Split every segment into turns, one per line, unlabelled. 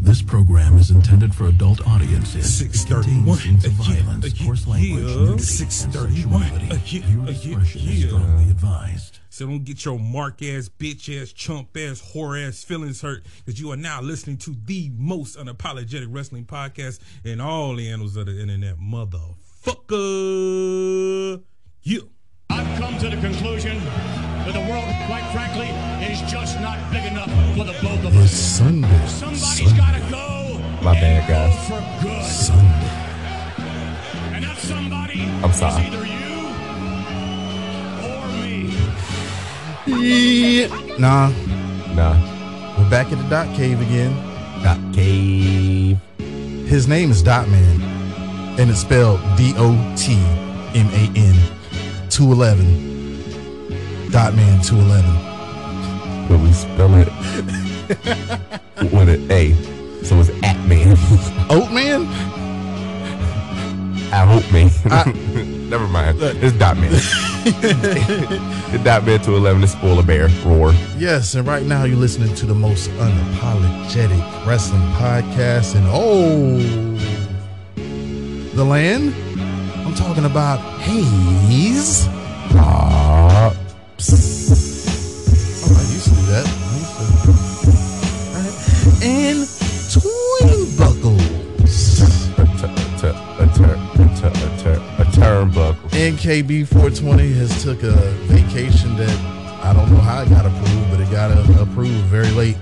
This program is intended for adult audiences. It
631.
contains scenes of
Uh, yeah,
violence,
uh, yeah,
coarse language,
yeah.
nudity, and
631.
sexuality.
Uh, yeah,
Viewer
uh, yeah,
discretion is
yeah.
strongly advised.
So don't get your mark ass, bitch ass, chump ass, whore ass feelings hurt because you are now listening to the most unapologetic wrestling podcast in all the annals of the internet, motherfucker. You.
I've come to the conclusion that the world, quite frankly, is just not big enough for the both of
It's
us.
Sunday.
Somebody's got to go.
My
and
bad,
go
guys.
For good,
Sunday.
and that somebody
I'm sorry.
is either you or me.
Yeah. Nah,
Nah.
we're back at the Dot Cave again.
Got cave.
His name is Dot Man, and it's spelled D O T M A N 211. Dot Man 211.
But we spell it with an A. So it's at man.
Oat Man?
I hope man.
I-
Never mind. It's dot man. it's dot man to 11 is spoiler bear. Roar.
Yes, and right now you're listening to the most unapologetic wrestling podcast in all the land. I'm talking about Hayes.
Ah.
Oh, I used to do that. I used to. And twin buckles.
A tur- a tur- a tur- a tur- a tur- a turnbuckle.
NKB 420 has took a vacation that I don't know how it got approved, but it got uh, approved very late.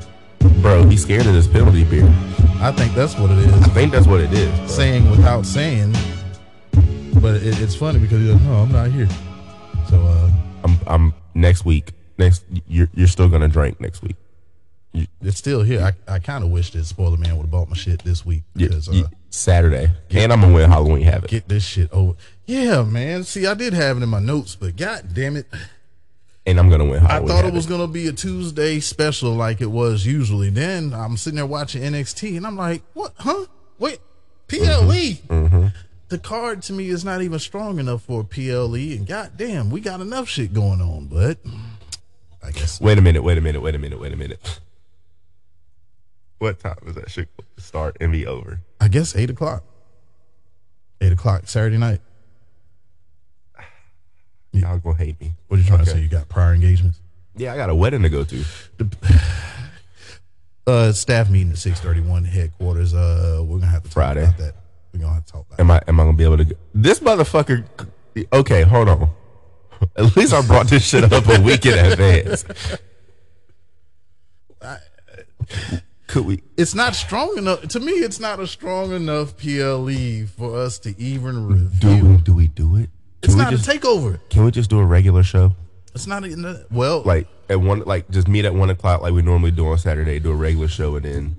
Bro, he's scared of this penalty beer.
I think that's what it
I
is.
think that's what it is. bro.
Saying without saying. But it, it's funny because he's like, no, I'm not here. So, uh,
I'm, I'm next week. Next, you're, you're still gonna drink next week.
it's still here. I, I kind of wish that Spoiler Man would have bought my shit this week
Yeah,
because
yeah,
uh,
Saturday, and I'm gonna wear Halloween habit.
get this shit over. Yeah, man. See, I did have it in my notes, but god damn it.
and I'm gonna win
I
Halloween.
thought it
habit.
was gonna be a Tuesday special like it was usually. Then I'm sitting there watching NXT and I'm like, what? Huh? Wait, PLE. The card to me is not even strong enough for a PLE, and goddamn, we got enough shit going on. But I guess
Wait a minute. Wait a minute. Wait a minute. Wait a minute. What time is that shit supposed to start and be over?
I guess eight o'clock. Eight o'clock Saturday night.
Y'all gonna hate me.
What are you trying to say? You got prior engagements?
Yeah, I got a wedding to go to.
Uh, staff meeting at six thirty one headquarters. Uh, we're gonna have to talk
Friday.
about that. We're gonna have to talk about.
Am I? Am I gonna be able to? Go? This motherfucker. Okay, hold on. At least I brought this shit up a week in advance. Could we?
it's not strong enough to me. It's not a strong enough PLE for us to even review.
we? Do we do it?
it's
we
not
just-
a takeover.
Can we just do a regular show?
It's not a well. Like
Like at one, like just meet at one o'clock, like we normally do on Saturday. Do a regular show, and then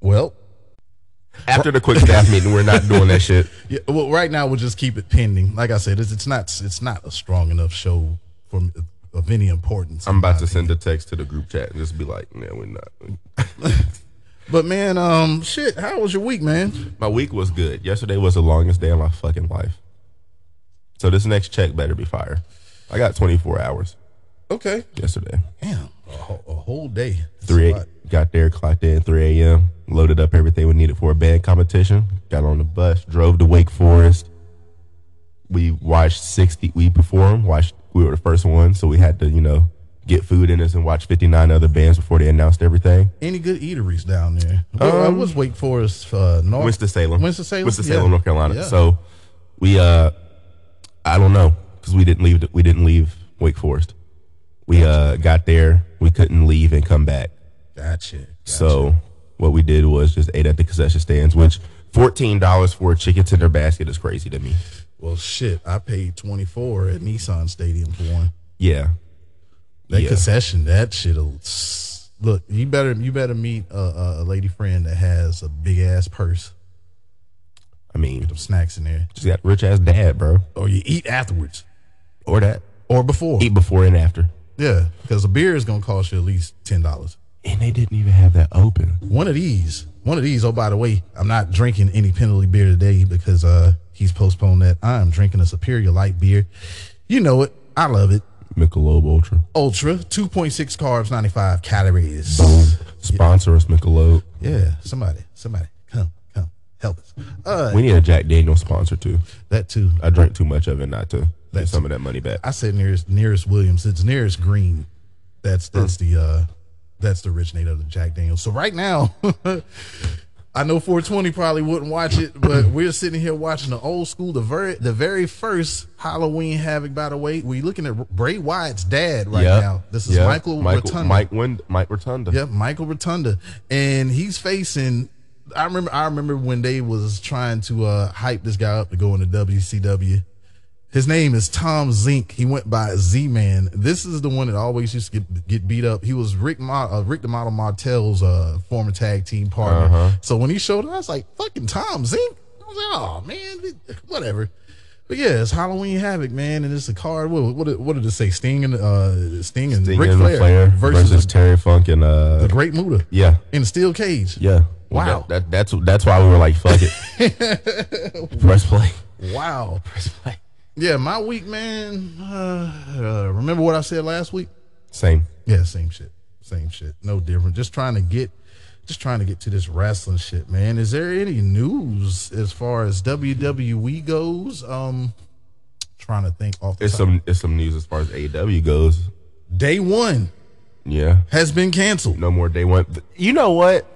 well,
after the quick staff meeting, we're not doing that shit.
yeah, well. Right now, we'll just keep it pending. Like I said, it's, it's not it's not a strong enough show for me- of any importance.
I'm about to send a text to the group chat and just be like, "No, we're not."
But man, um, shit. How was your week, man?
My week was good. Yesterday was the longest day of my fucking life. So this next check better be fire. I got 24 hours
Okay.
yesterday.
Damn, a, whole- a whole day. That's a
3
lot.
got there, clocked in 3 a.m. Loaded up everything we needed for a band competition. Got on the bus, drove to Wake Forest. We watched 60. We performed. Watched. We were the first one, so we had to, you know, get food in us and watch 59 other bands before they announced everything.
Any good eateries down there? Well,
Um,
I was Wake Forest, uh, North
Winston Salem.
Winston Salem,
Winston Salem,
Yeah.
North Carolina.
Yeah.
So we uh, I don't know because we didn't leave. We didn't leave Wake Forest. We uh got there. We couldn't leave and come back.
gotcha. gotcha.
So what we did was just ate at the concession stands, which fourteen dollars for a chicken tender basket is crazy to me.
Well, shit, I paid 24 at Nissan Stadium for one.
Yeah,
That
Yeah.
concession, that shit'll look. You better, you better meet a, a, a lady friend that has a big ass purse,
I mean,
snacks in there,
just got rich ass dad, bro,
or you eat afterwards
or that
or before.
eat before and after.
Yeah, because a beer is gonna cost you at least ten dollars.
And they didn't even have that open.
One of these, one of these. Oh, by the way, I'm not drinking any penalty beer today because uh he's postponed that. I'm drinking a Superior Light beer. You know it. I love it.
Michelob Ultra.
Ultra, 2.6 carbs, 95 calories.
Sponsor Sponsor us, Michelob.
Yeah, somebody, somebody, come, come, help us. Uh,
We need a Jack Daniel sponsor too.
that too.
I drank too much of it not to get some of that money back.
I said nearest nearest Williams. It's nearest Green. That's that's the uh that's the originator of the Jack Daniels. So right now, I know 420 probably wouldn't watch it, but we're sitting here watching the old school, the very the very first Halloween Havoc. By the way, we're looking at Bray Wyatt's dad right
Yep.
now. This is
Yep.
Michael, Rotunda.
Mike, Wind, Mike Rotunda.
Yep, Michael Rotunda, and he's facing. I remember. I remember when they was trying to uh, hype this guy up to go into WCW. His name is Tom Zink. He went by Z Man. This is the one that always used to get, get beat up. He was Rick Mo, uh, Rick the Model Martel's uh, former tag team partner. So when he showed up, I was like, "Fucking Tom Zink." I was like, "Oh man, whatever." But yeah, it's Halloween Havoc, man, and it's a card. What what, what did it say? Sting and uh, Sting and
Sting
Ric
and
Flair,
versus,
versus,
Terry Funk and uh,
the Great Muda
yeah,
in a steel cage.
yeah.
Wow.
Well, that, that, that's that's why we were like, fuck it. Press play.
Wow.
Press play.
Yeah, my week, man. Uh, uh, remember what I said last week?
Same.
Yeah, same shit. Same shit. No different. Just trying to get, just trying to get to this wrestling shit, man. Is there any news as far as WWE goes? Um, trying to think off the
It's
top.
some it's some news as far as AEW goes.
Day one
Yeah.
has been canceled.
No more day one. You know what?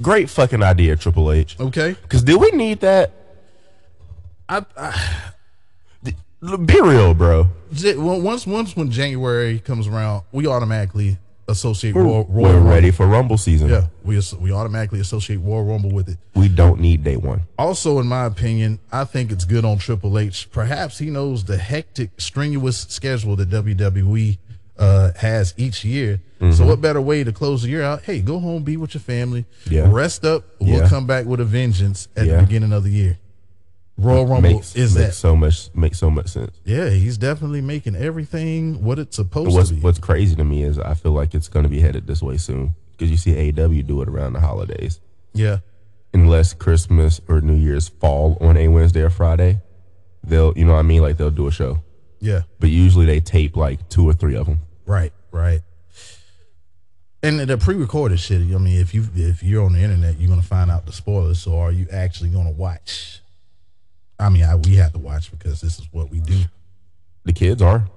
Great fucking idea, Triple H.
Okay,
Cause do we need that?
I, I
L- Be real, bro.
j- well, once once when January comes around, we automatically associate Royal, Royal
We're
Rumble.
ready for Rumble season.
Yeah, we as- we automatically associate Royal Rumble with it.
We don't need day one.
Also, in my opinion, I think it's good on Triple H. Perhaps he knows the hectic, strenuous schedule that WWE uh, has each year.
Mm-hmm.
So, what better way to close the year out? Hey, go home, be with your family,
Yeah.
rest up. We'll
Yeah.
come back with a vengeance at
Yeah.
the beginning of the year. Royal Rumble
makes
is
makes
that?
so much makes so much sense.
yeah, he's definitely making everything what it's supposed
What's
to be.
what's crazy to me is I feel like it's going to be headed this way soon because you see AEW do it around the holidays,
yeah,
unless Christmas or New Year's fall on a Wednesday or Friday. They'll, you know what I mean? Like they'll do a show,
yeah.
but usually they tape like two or three of them.
Right, right. And the pre-recorded shit. I mean, if you if you're on the internet, you're gonna find out the spoilers. So, are you actually gonna watch? I mean, I, we have to watch because this is what we do.
The kids are.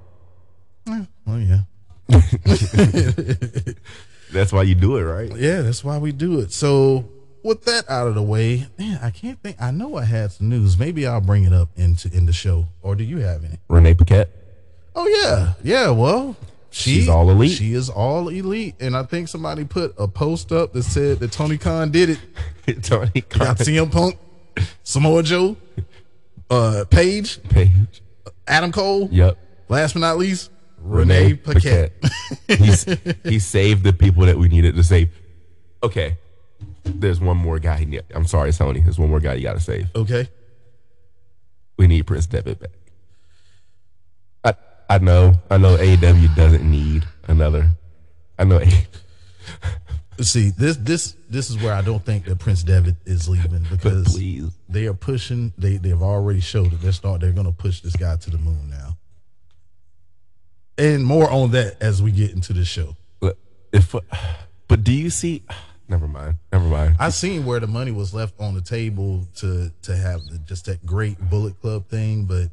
Oh yeah,
That's why you do it, right?
yeah. That's why we do it. So, with that out of the way, man, I can't think. I know I had some news. Maybe I'll bring it up into in the show. Or do you have any?
Renee Paquette.
Oh yeah, yeah. Well, she,
She's all elite.
She is all elite. And I think somebody put a post up that said that Tony Khan did it.
Tony
got CM Punk, Samoa Joe, uh, Paige,
Page.
Adam Cole.
Yep.
Last but not least, Renee,
Renee
Paquette.
Paquette. He's, he saved the people that we needed to save. Okay. There's one more guy. he need- I'm sorry, Sony. There's one more guy you got to save.
Okay.
We need Prince Devitt back. I I know. I know AEW doesn't need another. I know. A- E
See, this this this is where I don't think that Prince Devitt is leaving
But
because
please.
they are pushing. They they've already showed that they're start. They're going to push this guy to the moon now. And more on that as we get into the show.
Look, If, but do you see? Never mind. Never mind.
I seen where the money was left on the table to to have the, just that great Bullet Club thing, but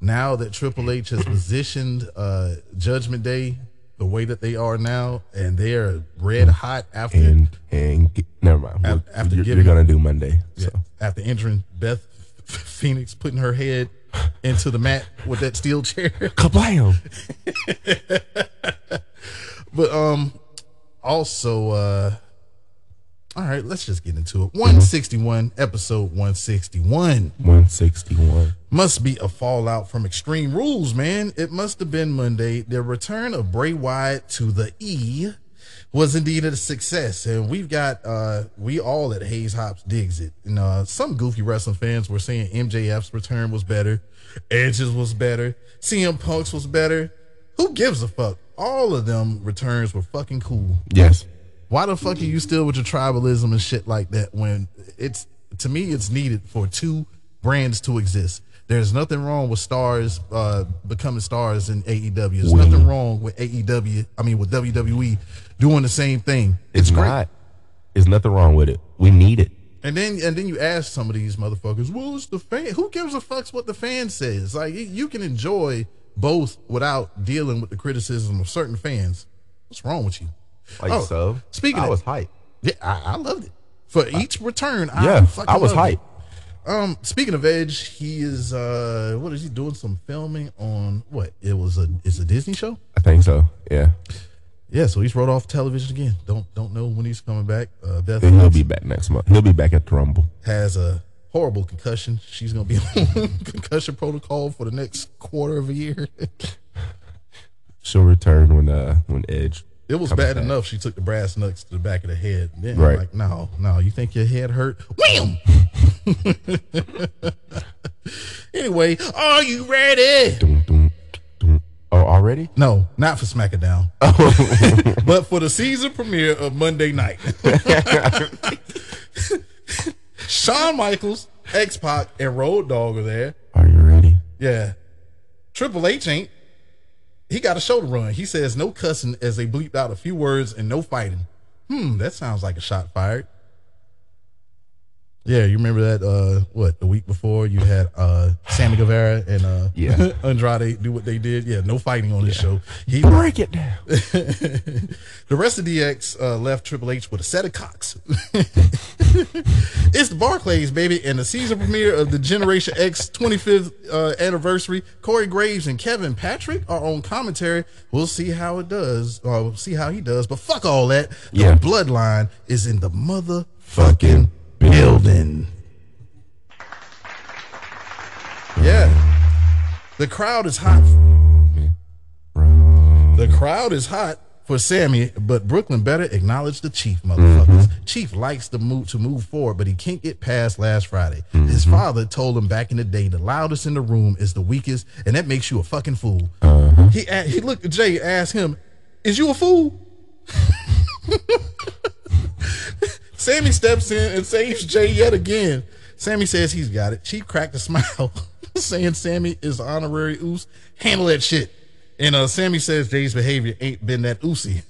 now that Triple H has positioned uh, Judgment Day the way that they are now, and they are red hot after
and and g- never mind.
Af-
We're-
after
you're,
giving
you're gonna do Monday.
yeah,
So
after entering Beth Phoenix putting her head into the mat with that steel chair.
kablam.
But um, also, uh, all right, let's just get into
Uh-huh.
it. One sixty one, episode one sixty one.
One sixty one.
Must be a fallout from Extreme Rules, man. It must have been Monday. The return of Bray Wyatt to the E was indeed a success. And we've got, uh, we all at Hayes Hops digs it. And uh, some goofy wrestling fans were saying MJF's return was better, Edge's was better, CM Punk's was better. Who gives a fuck? All of them returns were fucking cool.
Yes.
Why the fuck are you still with your tribalism and shit like that when it's to me it's needed for two brands to exist. There's nothing wrong with stars uh, becoming stars in AEW. There's
We-
E nothing wrong with AEW. I mean with WWE E doing the same thing.
It's
great.
not. There's nothing wrong with it. We need it.
And then and then you ask some of these motherfuckers, well, it's the fan. Who gives a fuck what the fan says? Like you- you can enjoy both without dealing with the criticism of certain fans. What's wrong with you?
Like
Oh,
so.
speaking
I
of-
was hype.
Yeah, I, I loved it. For each return, I
Yeah,
fucking
I was
loved it.
hype.
Um, speaking of Edge, he is uh, what is he doing? Some filming on what? It was a it's a Disney show.
I think so. Yeah.
Yeah, so he's rolled off television again. Don't don't know when he's coming back. Uh, Beth
Then he'll be back next month. He'll be back at the Rumble.
has a horrible concussion. She's gonna be on concussion protocol for the next quarter of a year.
She'll return when uh when Edge.
It was
comes
bad
back.
enough she took the brass knucks to the back of the head. Then
Right.
like, no, no, you think your head hurt? Wham! anyway, are you ready?
Dun, dun, dun. Oh, already?
No, not for SmackDown. but for the season premiere of Monday night. Shawn Michaels, X Pac, and Road Dogg are there.
Are you ready?
Yeah. Triple H ain't. He got a show to run. He says no cussing as they bleeped out a few words and no fighting. Hmm, that sounds like a shot fired. Yeah, you remember that uh what, the week before you had uh Sammy Guevara and uh
Yeah.
Andrade do what they did. Yeah, no fighting on this show. He
Break it down.
the rest of DX uh, left Triple H with a set of cocks. it's the Barclays, baby, and the season premiere of the Generation X 25th uh, anniversary. Corey Graves and Kevin Patrick are on commentary. We'll see how it does. Uh, we'll see how he does. But fuck all that. The
Yeah.
bloodline is in the motherfucking
Fucking
building. Yeah. The crowd is hot. The crowd is hot for Sammy, but Brooklyn better acknowledge the chief, motherfuckers. Chief likes the move to move forward, but he can't get past last Friday. His father told him back in the day, the loudest in the room is the weakest, and that makes you a fucking fool. He a- he looked at Jay, asked him, "Is you a fool?" Sammy steps in and saves Jay yet again. Sammy says he's got it. Chief cracked a smile, saying Sammy is the honorary oos. Handle that shit. And uh, Sammy says Jay's behavior ain't been that oosy.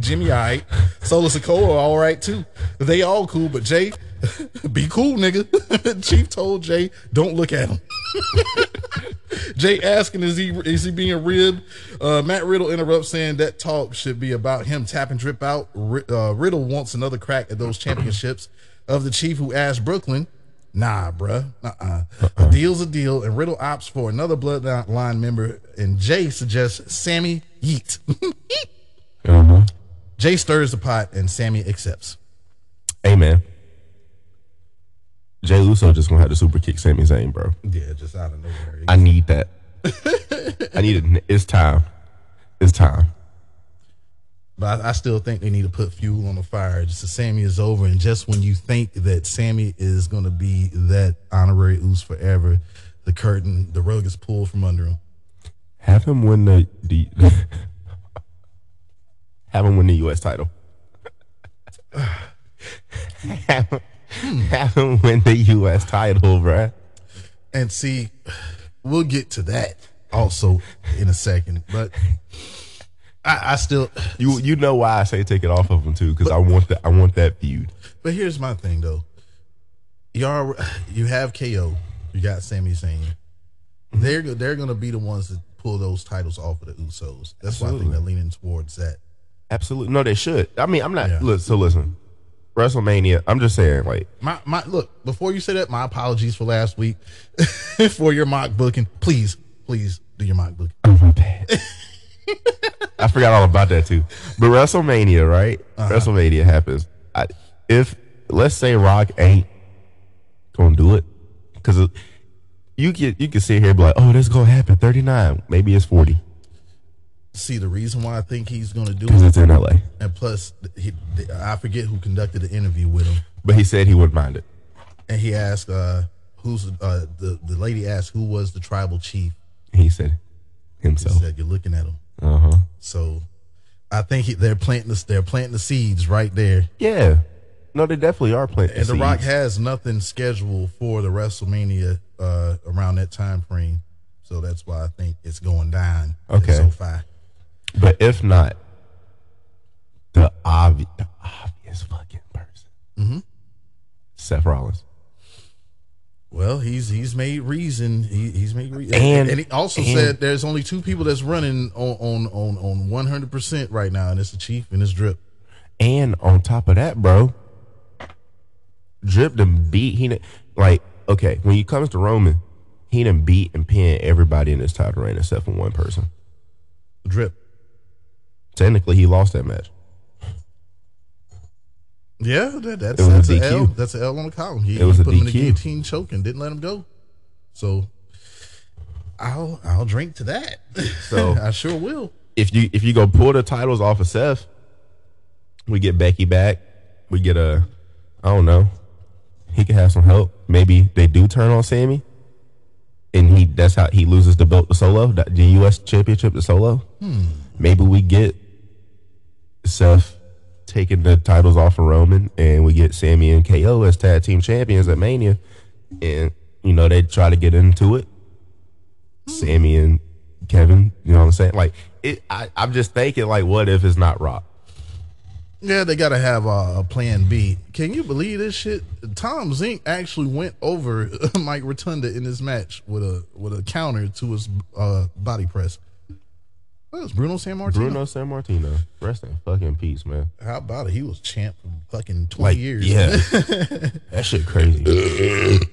Jimmy, all right. Solo Sokoa, all right too. They all cool, but Jay, be cool, nigga. Chief told Jay, don't look at him. Jay asking, is he is he being ribbed? Uh, Matt Riddle interrupts, saying that talk should be about him tapping drip out. Ri- uh, Riddle wants another crack at those championships of the chief who asked Brooklyn. Nah, bruh. Uh-uh. A deal's a deal, and Riddle opts for another bloodline member, and Jay suggests Sammy Yeet.
Uh-huh.
Jay stirs the pot, and Sammy accepts.
Hey man. Jay Uso just gonna have to super kick Sami Zayn, bro.
Yeah, just out of nowhere.
I need that. I need it. It's time. It's time.
But I, I still think they need to put fuel on the fire. Just as Sammy is over, and just when you think that Sammy is going to be that honorary ooze forever, the curtain, the rug is pulled from under him.
Have him win the, the have him win the U.S. title. have, him, have him win the U.S. title, bruh.
And see, we'll get to that also in a second. But I, I still,
You you know why I say take it off of him too, because I want that I want that feud.
but here's my thing though. You are, you have KO. You got Sammy Zayn. They're go- they're going to be the ones that pull those titles off of the Usos. That's why I think they're leaning towards that.
Absolutely, no, they should. I mean, I'm not.
Yeah.
Look, so listen, WrestleMania. I'm just saying, like,
My my look, before you say that, my apologies for last week for your mock booking. Please, please do your mock booking.
I forgot all about that too. But WrestleMania, right?
Uh-huh.
WrestleMania happens. I, if let's say Rock ain't gonna do it, because you can you can sit here and be like, oh, this gonna happen. Thirty nine, maybe it's forty
See the reason why I think he's going to do
because
it,
it's in LA.
and plus he, I forget who conducted the interview with him,
But he said he wouldn't mind it.
and he asked uh, who's uh, the the lady asked who was the tribal chief.
He said
He
himself.
said you're looking at him,
Uh huh.
so I think he, they're planting this, they're planting the seeds right there.
Yeah. No, they definitely are playing.
And The Rock has nothing scheduled for the WrestleMania uh, around that time frame, so that's why I think it's going down. at
Okay.
SoFi.
But if not, the obvious, the obvious fucking person. Seth Rollins.
Well, he's he's made reason. He, he's made reason,
And-
and, he also
and-
said there's only two people that's running on on on on one hundred percent right now, and it's the chief and it's drip.
And on top of that, bro, Drip done beat he done- like okay when it comes to Roman, he done beat and pin everybody in this title reign except for one person.
Drip.
Technically, he lost that match.
Yeah, that, that's
It was
that's
a
a
DQ.
L. That's an L on the column. He,
It was
he
a
put him in the
DQ.
guillotine choke and didn't let him go. So I'll I'll drink to that.
So-
I sure will.
If you if you go pull the titles off of Seth, we get Becky back. We get a I don't know. He could have some help. Maybe they do turn on Sammy, and he that's how he loses the belt to Solo, the the U.S. Championship to Solo. Maybe we get Seth taking the titles off of Roman, and we get Sammy and KO as tag team champions at Mania, and you know they try to get into it. Sammy and Kevin, you know what I'm saying? Like it, I, I'm just thinking, like, what if it's not Rock?
Yeah, they gotta have uh, a plan B. Can you believe this shit? Tom Zink actually went over Mike Rotunda in this match with a with a counter to his uh, body press. That was Bruno San Martino.
Bruno San Martino, rest in fucking peace, man.
How about it? He was champ for fucking twenty
Like,
years.
yeah, that shit crazy.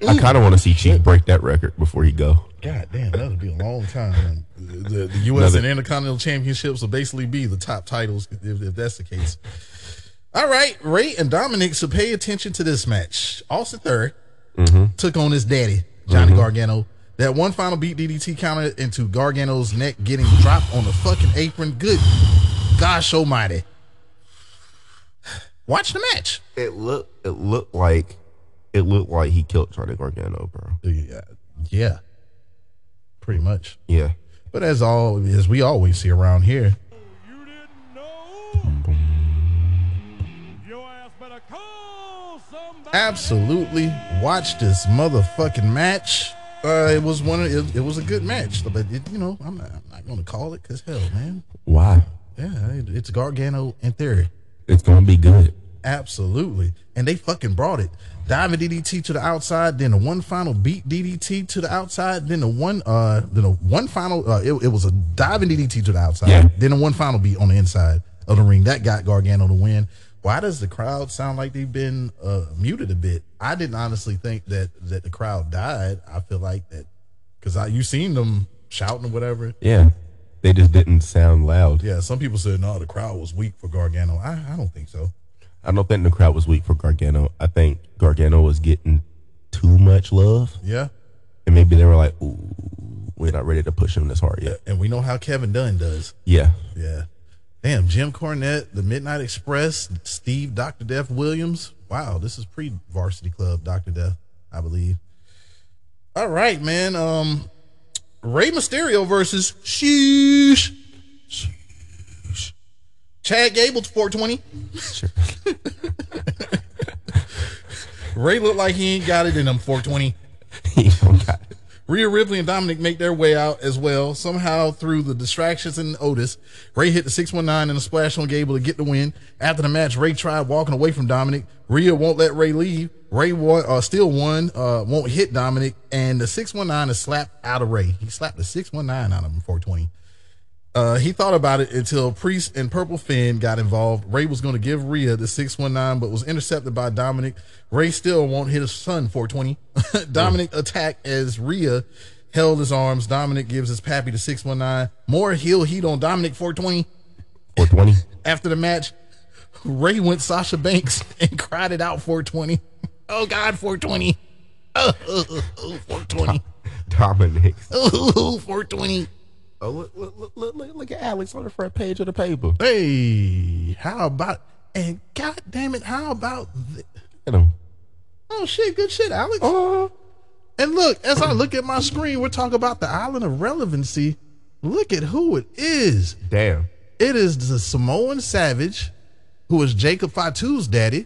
I kind of want to see Chief break that record before he go.
God damn, that would be a long time. The, the U.S.
Another-
and Intercontinental Championships will basically be the top titles if, if that's the case. All right, Ray and Dominic should pay attention to this match. Austin 3rd took on his daddy, Johnny Gargano. That one final beat DDT counter into Gargano's neck getting dropped on the fucking apron. Good gosh almighty. Watch the match.
It looked, it looked like, it looked like he killed Charlie Gargano, bro.
Yeah, yeah pretty much.
Yeah,
But as all as we always see around here,
You didn't know? Your ass better call somebody.
absolutely watch this motherfucking match. Uh, it was one. Of, it, it was a good match, but it, you know, I'm not, I'm not going to call it because hell, man,
why?
yeah, it, it's Gargano in theory,
It's gonna be good.
absolutely, and they fucking brought it. Diving DDT to the outside, then the one final beat DDT to the outside, then the one, uh, then the one final. Uh, it, it was a diving DDT to the outside,
Yeah.
then the one final beat on the inside of the ring that got Gargano to win. Why does the crowd sound like they've been uh, muted a bit? I didn't honestly think that that the crowd died. I feel like that because I you seen them shouting or whatever.
Yeah, they just didn't sound loud.
Yeah, some people said no, the crowd was weak for Gargano. I, I don't think so.
I don't think the crowd was weak for Gargano. I think Gargano was getting too much love,
Yeah,
and maybe they were like, "Ooh, we're not ready to push him this hard yet."
and we know how Kevin Dunn does.
Yeah,
Yeah. Damn, Jim Cornette, The Midnight Express, Steve, Dr. Death Williams. Wow, this is pre varsity club, Dr. Death, I believe. All right, man. Um Ray Mysterio versus Sheesh. Sheesh. Chad Gable 420. Ray looked like he ain't got it in them 420.
he don't got it.
Rhea Ripley and Dominic make their way out as well, somehow through the distractions and Otis. Ray hit the 619 and a splash on Gable to get the win. After the match, Ray tried walking away from Dominic. Rhea won't let Ray leave. Ray won, uh, still won, uh, won't hit Dominic, and the 619 is slapped out of Ray. He slapped the 619 out of him, 420. Uh, he thought about it until Priest and Purple Finn got involved. Ray was going to give Rhea the 619, but was intercepted by Dominic. Ray still won't hit his son 420. Dominic attacked as Rhea held his arms. Dominic gives his pappy the 619. More heel heat on Dominic 420.
Four twenty.
After the match, Ray went Sasha Banks and cried it out 420. Oh, God, 420. Oh, oh, oh, oh, 420.
Dominic.
Oh, oh, oh, 420.
Oh, look, look, look, look, look, look at Alex on the front page of the paper. Look
Hey, how about and god damn it, how about th-
at him.
oh shit, good shit, Alex.
Oh. Uh-huh.
And look, as I look at my screen, we're talking about the island of relevancy. Look at who it is.
Damn.
It is the Samoan Savage, who is Jacob Fatu's daddy.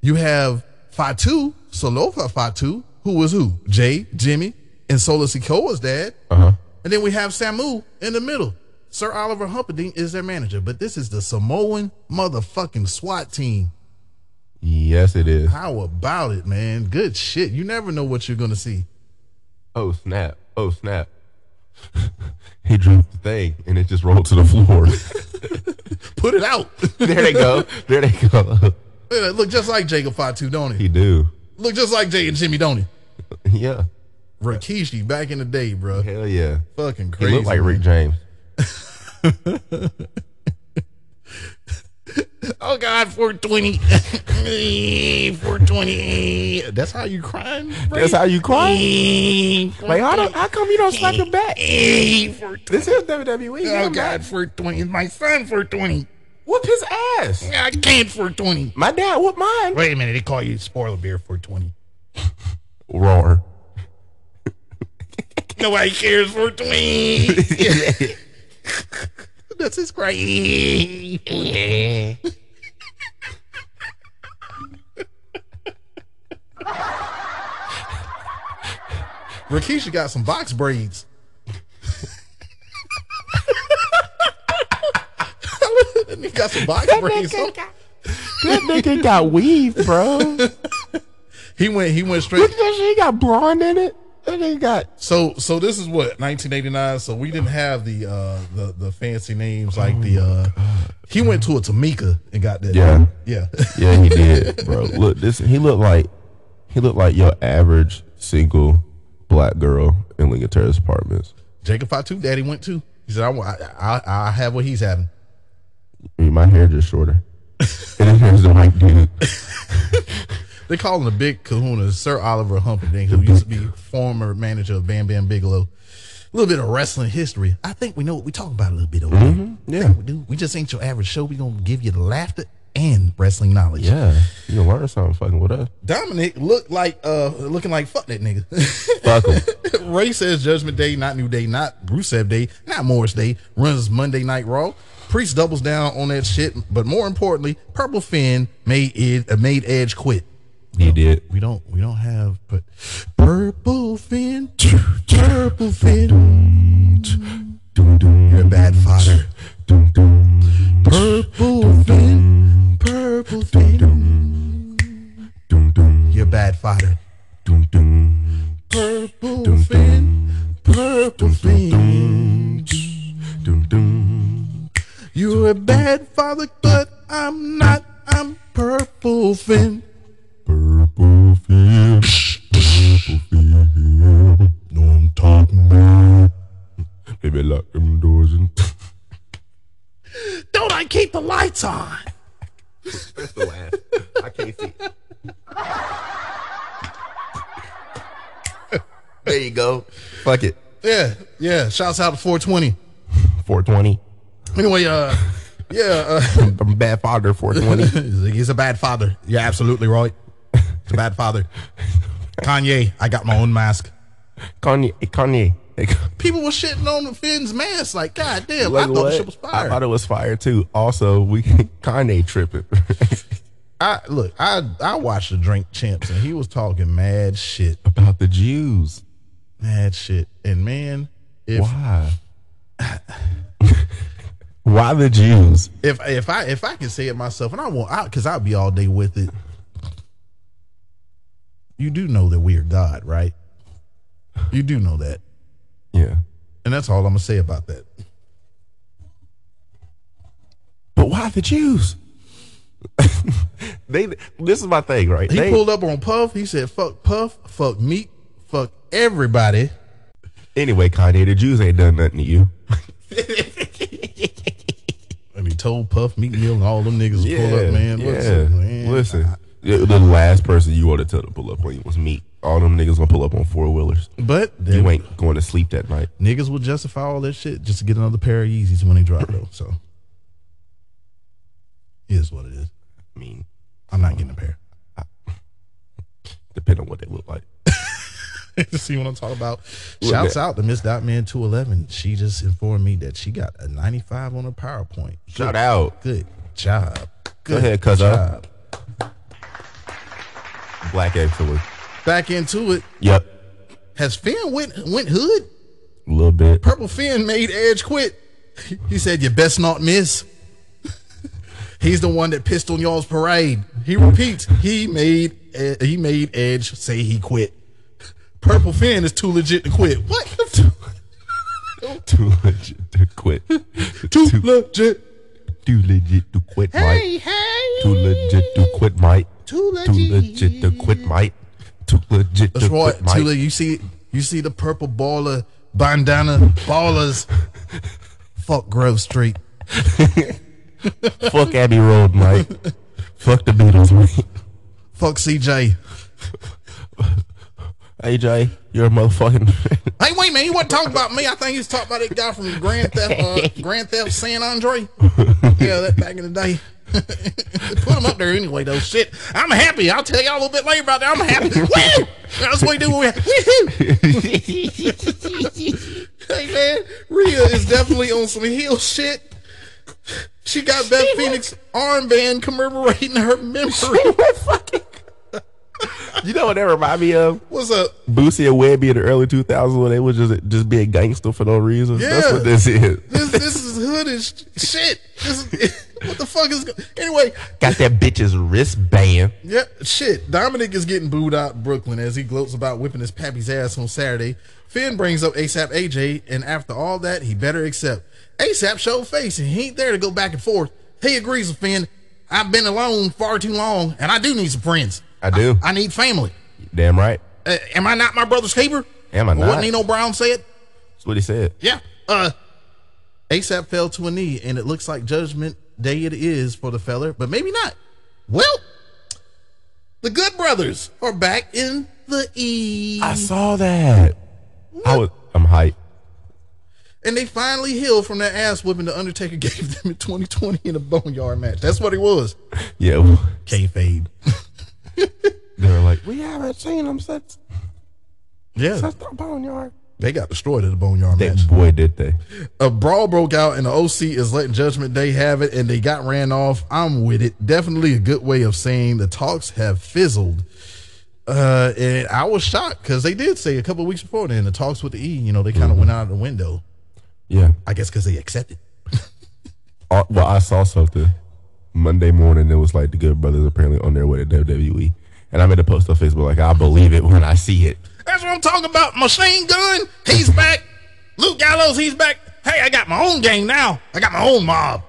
You have Fatu, Solofa Fatu, who was who? Jay, Jimmy, and Sola Sikoa's dad.
Uh huh.
And then we have Samu in the middle. Sir Oliver Humperdinck is their manager, but this is the Samoan motherfucking SWAT team.
Yes, it is.
How about it, man? Good shit. You never know what you're gonna see.
Oh snap! Oh snap! he dropped the thing, and it just rolled to the floor.
Put it out.
there they go. There they go.
It Look just like Jacob Fatu, don't
he
he?
do.
Look just like Jay and Jimmy, don't he?
Yeah.
Rikishi back in the day, bro.
Hell yeah.
Fucking
He
crazy.
looked like Rick James.
Oh God, 420, 420. That's how you crying. Ray?
That's how you cry. Like how, do, how come you don't slap him back? This is WWE. Get
Oh
him back.
God, 420. It's my son, 420.
Whoop his ass.
I can't 420.
My dad whooped mine.
Wait a minute, they call you spoiler beer 420.
Roar.
Nobody cares 420. That's his cry. Rakisha got some box braids. he got some box braids.
That nigga got weave, bro.
He went. He went straight.
That shit got blonde in it. That nigga got
So so this is what 1989. So we didn't have the uh the the fancy names like the uh he went to a Tamika and got that.
Yeah.
Yeah.
Yeah, he did, bro. Look, this he looked like he looked like your average single black girl in Lincoln Terrace apartments.
Jacob Fatu daddy went too. He said I wa- I I, I have what he's having.
I mean, my hair just shorter. and his hair's the white dude.
They call him the big kahuna, Sir Oliver Humperdinck, who used to be former manager of Bam Bam Bigelow. A little bit of wrestling history. I think we know what we talk about a little bit over here.
Yeah.
We do. We just ain't your average show. We gonna give you the laughter and wrestling knowledge.
Yeah. You can learn something fucking with us.
Dominic looked like uh looking like fuck that nigga.
Fuck him.
Ray says Judgment Day, not New Day, not Rusev Day, not Morris Day, runs Monday Night Raw. Priest doubles down on that shit, but more importantly, Purple Finn made it uh, made Edge quit.
He did.
We don't we don't have but Purple Finn, Purple Finn, you're
Doom doom
bad father.
doom doom
Purple Finn, Purple Finn,
doom doom
you're bad father.
doom doom
Purple Finn, Purple Finn,
doom doom.
you're a bad father, but I'm not. I'm Purple Finn.
Purple feel, purple feel. Know I'm talking about. Baby, lock them doors and
Don't I keep the lights on?
I can't see. there you go. Fuck it.
Yeah, yeah. Shouts out to 420.
420.
Anyway, uh, yeah, uh,
I'm, I'm a bad father. 420.
he's a bad father. You're absolutely right. He's a bad father. Kanye, I got my own mask.
Kanye. Kanye. Like,
People were shitting on Finn's mask. Like, God damn, I thought the shit was
I
fire.
thought it was fire too. Also, we Kanye tripping.
I, look, I I watched the Drink Champs, and he was talking mad shit,
About the Jews.
mad shit. And man, if
Why? Why the Jews?
if if I if I can say it myself, and I won't, out because I'll be all day with it. You do know that we are God, right? You do know that,
Yeah.
and that's all I'm gonna say about that.
But why the Jews? they this is my thing, right?
He
They-
pulled up on Puff. He said, "Fuck Puff, fuck Meek, fuck everybody."
anyway, Kanye, the Jews ain't done nothing to you.
And he told Puff, Meek Mill, and all them niggas to pull up, man.
Yeah.
Listen, man.
Listen. The the last person you ought to tell to pull up on you was me. All them niggas gonna pull up on four wheelers.
But
You ain't going to sleep that night.
niggas will justify all that shit just to get another pair of Yeezys when they drop, though. So, it is what it is.
I mean,
I'm not getting a pair.
depending on what they look like.
See what I'm talking about?
Look
Shouts
at-
out to Miss Dotman 211. She just informed me that she got a 95 on her PowerPoint.
Shout out.
Good job. Good
ahead, cuz, uh.
job.
Black excellence.
Back into it.
Yep.
Has Finn went went hood?
A little bit.
Purple Finn made Edge quit. He said, "You best not miss." He's the one that pissed on y'all's parade. He repeats. He made eh, he made Edge say he quit. Purple Finn is too legit to quit. What? the
Too legit to quit.
f- Too legit.
Too legit to quit, mate.
hey.
Too legit to quit, mate.
Too
Too legit to quit, mate. Too legit to
That's right.
quit, mate.
Tula, you see, you see the purple baller bandana ballers. Fuck Grove Street.
Fuck Abbey Road, mate. Fuck the Beatles, mate.
Fuck CJ.
AJ, you're a motherfucking.
Hey, wait, man, you wasn't talking about me. I think he was talking about that guy from Grand Theft, uh, Grand Theft San Andre. Yeah, that back in the day. Put him up there anyway, though. Shit, I'm happy. I'll tell y'all a little bit later about that. I'm happy. Woo! That's what we do. When we Woo-hoo! hey, man, Rhea is definitely on some heel shit. She got Beth Phoenix armband commemorating her memory.
You know what that remind me of?
What's up?
Boosie and Webby in the early 2000s when they would just just be a gangster for no reason. That's
Yeah.
what this is.
This this is hood as shit. This is, what the fuck is go- anyway?
Got that bitch's wristband.
Yeah, shit. Dominic is getting booed out in Brooklyn as he gloats about whipping his pappy's ass on Saturday. Finn brings up ASAP AJ, and after all that, he better accept. ASAP showed face, and he ain't there to go back and forth. He agrees with Finn. I've been alone far too long, and I do need some friends.
I do.
I need family.
Damn right.
Uh, am I not my brother's keeper?
Am I
Or What
not?
Nino Brown said?
That's what he said.
Yeah. Uh, ASAP fell to a knee, and it looks like Judgment Day it is for the feller, but maybe not. Well, the Good Brothers are back in the E,
I saw that. I was. I'm hyped.
and they finally healed from that ass whooping the Undertaker gave them in 2020 in a boneyard match. That's what it was.
Yeah. well,
Kayfabe.
They were like, we haven't seen him since
Yeah,
since the boneyard.
they got destroyed at the boneyard match.
That boy did they.
A brawl broke out, and the OC is letting Judgment Day have it, and they got ran off. I'm with it. Definitely a good way of saying the talks have fizzled. Uh, and I was shocked because they did say a couple weeks before then the talks with the E, you know, they kind of
Mm-hmm.
went out of the window.
Yeah.
I guess because they accepted.
Uh, well, I saw something Monday morning. It was like the Good Brothers apparently on their way to WWE, and I made a post on Facebook like, I believe it when I see it.
That's what I'm talking about. Machine Gun, he's back. Luke Gallows, he's back. Hey, I got my own gang now. I got my own mob.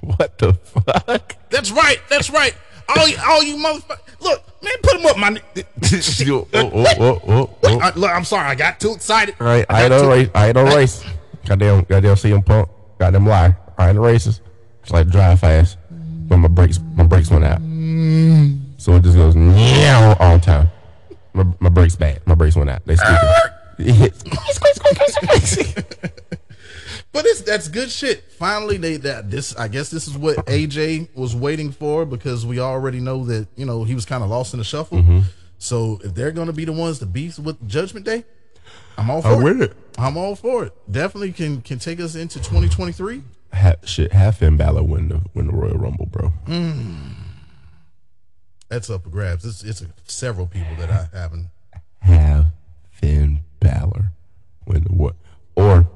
What the fuck?
That's right. That's right. All you, all you motherfuckers, look, man, put him up, my. ni-
Yo, oh, oh, oh, oh, oh.
I, look, I'm sorry. I got too excited.
All right, I
got
ain't
too-
on race. I ain't on race. Goddamn, goddamn CM Punk. Goddamn lie. I ain't on races. It's like drive fast, but my brakes, my brakes went out. So it just goes meow all the time. My, my brakes bad. My brakes went out. They stupid.
But it's that's good shit. Finally, they that this I guess this is what AJ was waiting for because we already know that you know he was kind of lost in the shuffle.
Mm-hmm.
So if they're gonna be the ones to beef with Judgment Day, I'm all for
I'm
it.
with it.
I'm all for it. Definitely can can take us into 2023.
ha, shit, have Finn Balor win the win the Royal Rumble, bro.
That's up for grabs. It's it's several people that I haven't.
Have Finn Balor win the what? Or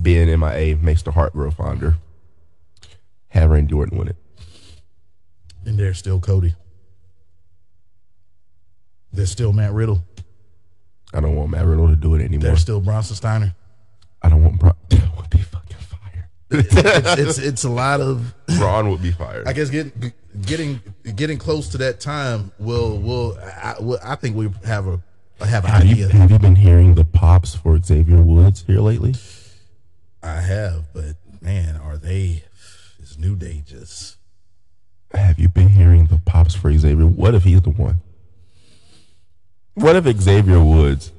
being MIA makes the heart grow fonder. Have Randy Orton win it.
And there's still Cody. There's still Matt Riddle.
I don't want Matt Riddle to do it anymore.
There's still Bronson Steiner.
I don't want Braun. That would be fucking fire.
It's it's, it's a lot of
Braun would be fire.
I guess getting getting getting close to that time will will I, will, I think we have a have an
have, you,
idea.
have you been hearing the pops for Xavier Woods here lately?
I have, but man, are they? Is New Day just?
Have you been hearing the pops for Xavier? What if he's the one? What if Xavier Woods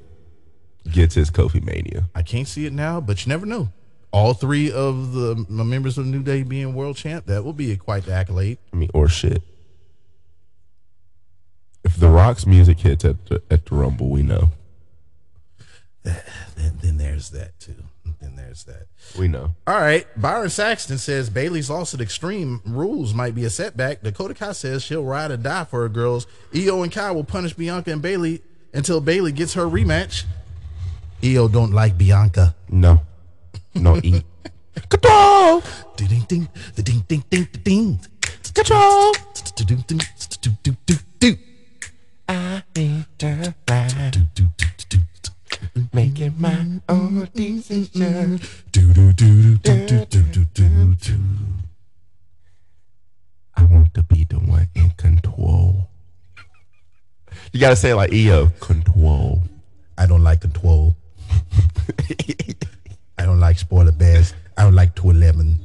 gets his Kofi Mania?
I can't see it now, but you never know. All three of the my members of New Day being world champ, that will be quite the accolade.
I mean, or shit. If The Rock's music hits at the, at the Rumble, we know.
Then, then there's that too. Then there's that.
We know.
All right. Byron Saxton says Bailey's loss at Extreme Rules might be a setback. Dakota Kai says she'll ride or die for her girls. EO and Kai will punish Bianca and Bailey until Bailey gets her rematch. EO don't like Bianca.
No. No E.
Ding ding ding, the ding ding ding the ding.
Control.
Do-do-do-do-do-do-do.
I need to fly. Making my own decision.
Do-do-do-do-do-do-do-do-do.
I want to be the one in control. You gotta say it like EO. Control.
I don't like control. I don't like spoiler bears. I don't like 211.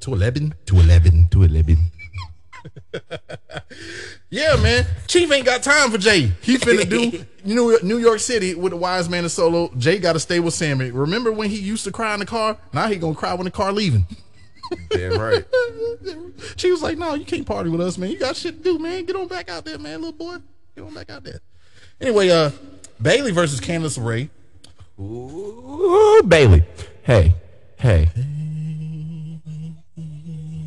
211? 211.
Do it, Libby.
Yeah, man. Chief ain't got time for Jay. He finna do New New York City with the wise man of solo. Jay gotta stay with Sammy. Remember when he used to cry in the car? Now he gonna cry when the car leaving.
Damn right.
She was like, "No, you can't party with us, man. You got shit to do, man. Get on back out there, man, little boy. Get on back out there." Anyway, uh, Bailey versus Candice LeRae.
Ooh, Bailey. Hey, hey.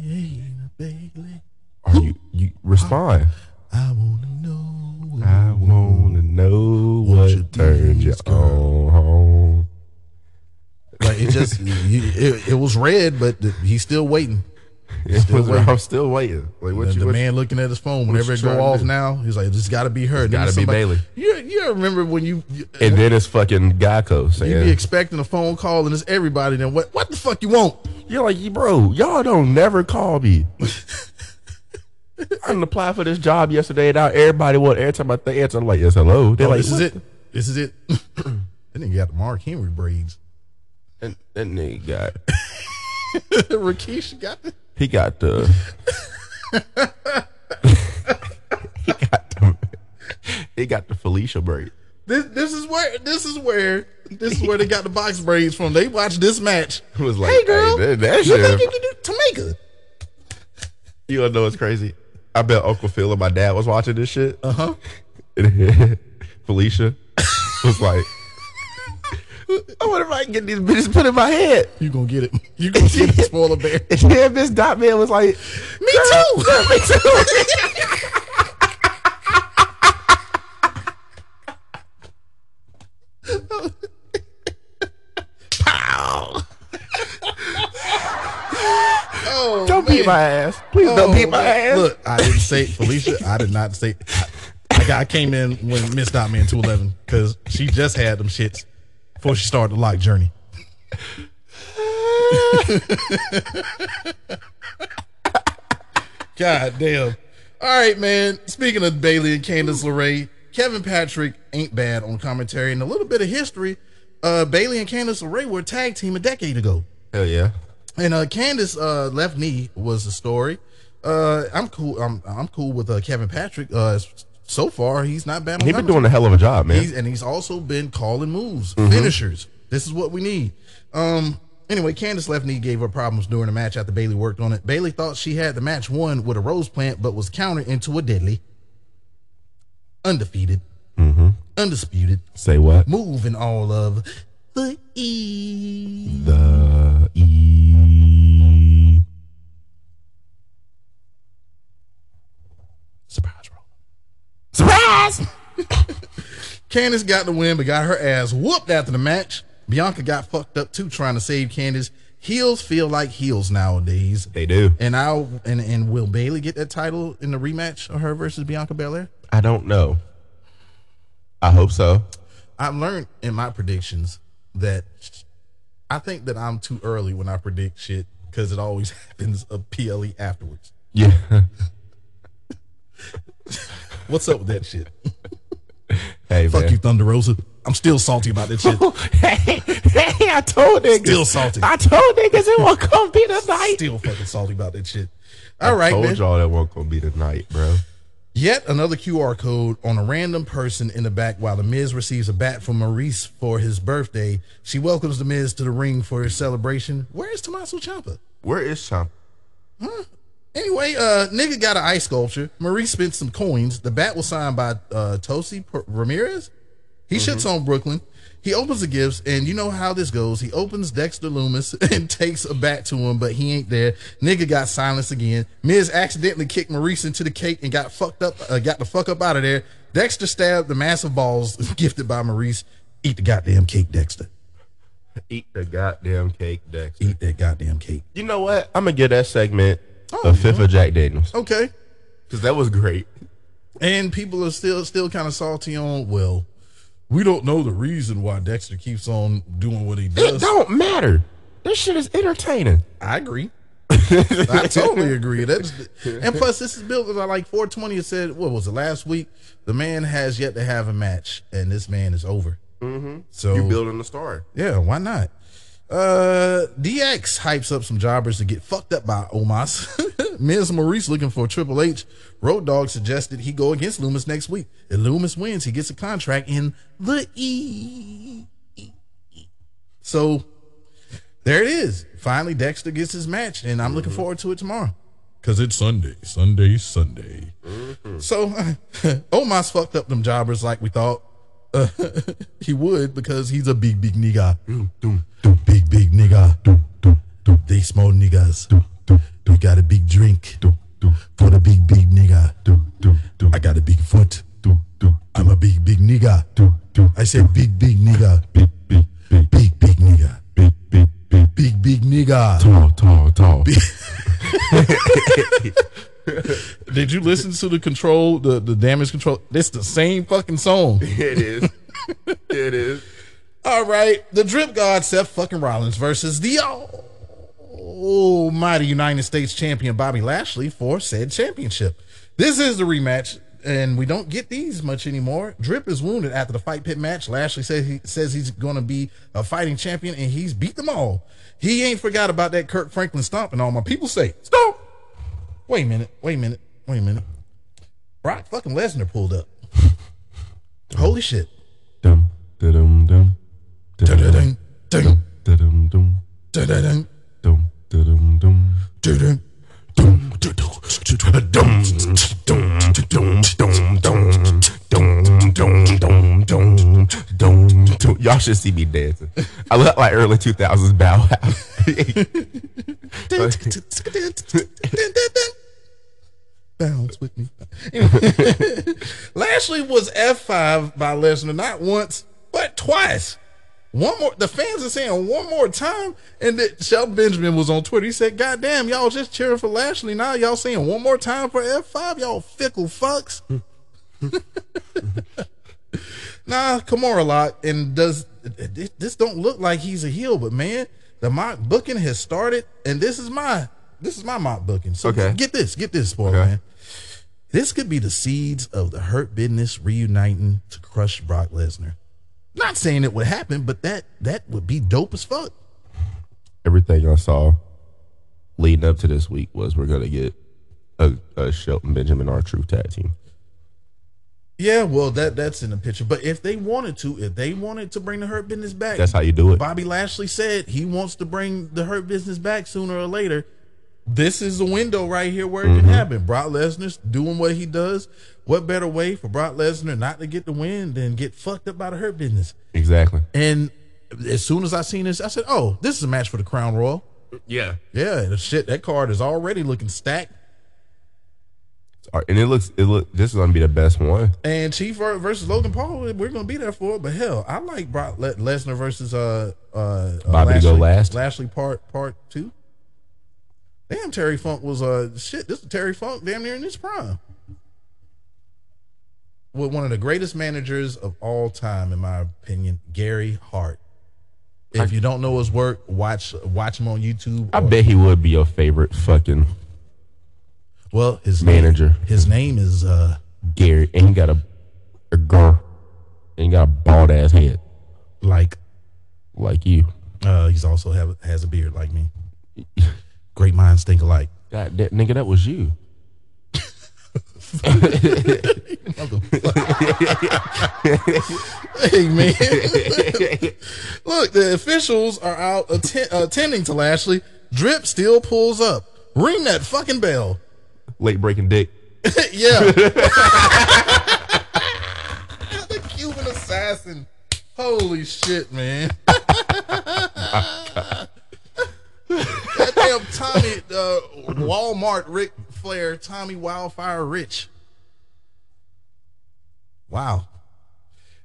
Bailey,
Are you you respond?
I wanna know.
I wanna know
What you
what turned
did,
you
girl.
on.
Like it just, you, it, it was red, but th- he's still waiting.
It was-
waiting.
I'm still waiting. Like what
The,
you
the
what you-
man looking at his phone. Whenever
you
it
trying
go
to
off
do?
now, he's like, "This got to be her." Then
gotta
it's
be
somebody-
Bailey.
You you remember when you you,
And then it's fucking Geico
you be
saying,
expecting a phone call and it's everybody? Then what? What the fuck you want?
"You're like, bro, y'all don't never call me." I done applied for this job yesterday, and now everybody want every time I think answer, I'm like, "Yes, hello." They're
Oh,
like,
this is
"What
it. This is it. that nigga got the Mark Henry braids.
the-" And that nigga got
Rakesh got the
he got the he got the he got the Felicia break.
this. This is where. This is where. This is where they got the box braids from. They watched this match.
It was like,
hey girl,
hey, that, that
you think
shit.
you can do Tamika?
You don't know it's crazy. I bet Uncle Phil and my dad was watching this shit. Uh huh. Felicia was like, I wonder if I can get these bitches put in my head.
You gonna get it? You gonna get it? Spoiler bear.
And then Miss Dot Man was like,
Me too.
Me too.
Oh,
Don't beat my ass. Please don't beat my ass.
Look, I didn't say Felicia. I did not say. I, I came in when Miss Dot Man two eleven because she just had them shits before she started the lock journey. God damn. All right, man. Speaking of Bailey and Candace LeRae, Kevin Patrick ain't bad on commentary and a little bit of history. Uh, Bailey and Candace LeRae were a tag team a decade ago.
Hell yeah.
And uh Candace uh left knee was the story. Uh I'm cool I'm I'm cool with uh Kevin Patrick. Uh s- so far he's not bad on
He been
commentary.
doing Mm-hmm. a hell of a job, man.
He's, and he's also been calling moves, finishers. This is what we need. Um. Anyway, Candace left knee gave her problems during the match after Bailey worked on it. Bailey thought she had the match won with a rose plant, but was countered into a deadly, undefeated,
Mm-hmm.
undisputed
Say what?
move in all of the E.
The E.
Surprise roll.
Surprise!
Candace got the win, but got her ass whooped after the match. Bianca got fucked up too trying to save Candace. Heels feel like heels nowadays.
They do.
And I'll and and will Bailey get that title in the rematch of her versus Bianca Belair?
I don't know. I hope so.
I've learned in my predictions that I think that I'm too early when I predict shit because it always happens a PLE E afterwards.
Yeah.
What's up with that shit?
Hey,
Fuck
man.
you, Thunder Rosa. I'm still salty about that shit.
hey, hey, I told niggas.
Still salty.
I told niggas it won't come be tonight.
Still fucking salty about that shit. All right,
told
man.
y'all that won't come be tonight, bro.
Yet another QR code on a random person in the back while The Miz receives a bat from Maurice for his birthday. She welcomes The Miz to the ring for his celebration. Where is Tommaso Ciampa?
Where is Champ?
Anyway, uh, nigga got an ice sculpture. Maurice spent some coins. The bat was signed by uh, Tosi P- Ramirez. He shits on Brooklyn. He opens the gifts, and you know how this goes. He opens Dexter Loomis and takes a bat to him, but he ain't there. Nigga got silenced again. Miz accidentally kicked Maurice into the cake and got fucked up. Uh, got the fuck up out of there. Dexter stabbed the massive balls gifted by Maurice. Eat the goddamn cake, Dexter.
Eat the goddamn cake, Dex.
Eat that goddamn cake.
You know what? I'm gonna give that segment
Oh,
a fifth of Jack Daniels
okay.
because Oh, that was great.
And people are still still kind of salty on. Well, we don't know the reason why Dexter keeps on doing what he
It
does.
don't matter. This shit is entertaining.
I agree. I totally agree. That's and plus this is built by like 420. It said what was it last week? The man has yet to have a match, and this man is over. Mm-hmm. So
the star.
yeah, why not? Uh, DX hypes up some jobbers to get fucked up by Omos. Miz Maurice looking for Triple H. Road Dog suggested he go against Loomis next week. If Loomis wins, he gets a contract in the E. So there it is. Finally, Dexter gets his match, and I'm looking forward to it tomorrow. Mm-hmm. Cause it's Sunday, Sunday, Sunday. So Omos fucked up them jobbers like we thought. Uh, he would because he's a big, big nigga. Big, big nigga. They small niggas. We got a big drink for the big, big nigga. I got a big foot. I'm a big, big nigga. I said big, big nigga. Big, big, big, big, big nigga. Big, big, big, big, big nigga.
Tall, tall, tall.
Did you listen to the control, the, the damage control? It's the same fucking song.
it is. It is.
All right, the drip god Seth fucking Rollins versus the almighty United States champion Bobby Lashley for said championship. This is the rematch, and we don't get these much anymore. Drip is wounded after the fight pit match. Lashley says he says he's going to be a fighting champion, and he's beat them all. He ain't forgot about that Kirk Franklin stomp, and all my people say stomp. Wait a minute, wait a minute, wait a minute. Brock fucking Lesnar pulled up. Holy shit!
Dum, da-dum, dum.
Dun-dun-dun, dun,
Da-dum, dum.
dun-dun-dun.
Dum, da-dum, dum. Y'all should see me dancing. I look like early 2000s Bow Wow.
Bounce with me. Lashley was F5 by Lesnar not once, but twice. One more, the fans are saying one more time. And that Shelton Benjamin was on Twitter. He said, God damn, y'all just cheering for Lashley. Now y'all saying one more time for F5. Y'all fickle fucks. Nah, Kimura lot and does this this don't look like he's a heel, but man, the mock booking has started, and this is my this is my mock booking. So
Okay.
get this, get this, boy,
Okay.
man. This could be the seeds of the hurt business reuniting to crush Brock Lesnar. Not saying it would happen, but that that would be dope as fuck.
Everything I saw leading up to this week was we're going to get a, a Shelton Benjamin R. Truth tag team.
Yeah, well, that that's in the picture. But if they wanted to, if they wanted to bring the hurt business back,
That's how you do it.
Bobby Lashley said he wants to bring the hurt business back sooner or later. This is the window right here where it
Mm-hmm.
can happen. Brock Lesnar's doing what he does. What better way for Brock Lesnar not to get the win than get fucked up by the hurt business?
Exactly.
And as soon as I seen this, I said, "Oh, this is a match for the crown royal."
Yeah.
Yeah, the shit that card is already looking stacked.
All right, and it looks it look this is gonna be the best one.
And Chief versus Logan Paul, we're gonna be there for it. But hell, I like Brock Le- Lesnar versus uh uh, uh
Bobby to go last.
Lashley part part two. Damn, Terry Funk was uh shit. This is Terry Funk damn near in his prime. With one of the greatest managers of all time, in my opinion, Gary Hart. If you don't know his work, watch watch him on YouTube.
I
or-
bet he would be your favorite fucking
Well, his
Manager.
Name, his name is uh
Gary. And he got a a girl. And he got a bald ass head
like
like you.
Uh, he's also have has a beard like me. Great minds think alike.
God, that nigga, that was you.
Hey man, look, the officials are out atten- attending to Lashley. Drip still pulls up. Ring that fucking bell.
Late breaking dick.
yeah. the Cuban assassin. Holy shit, man. that damn Tommy uh, Walmart Rick Flair, Tommy Wildfire Rich. Wow.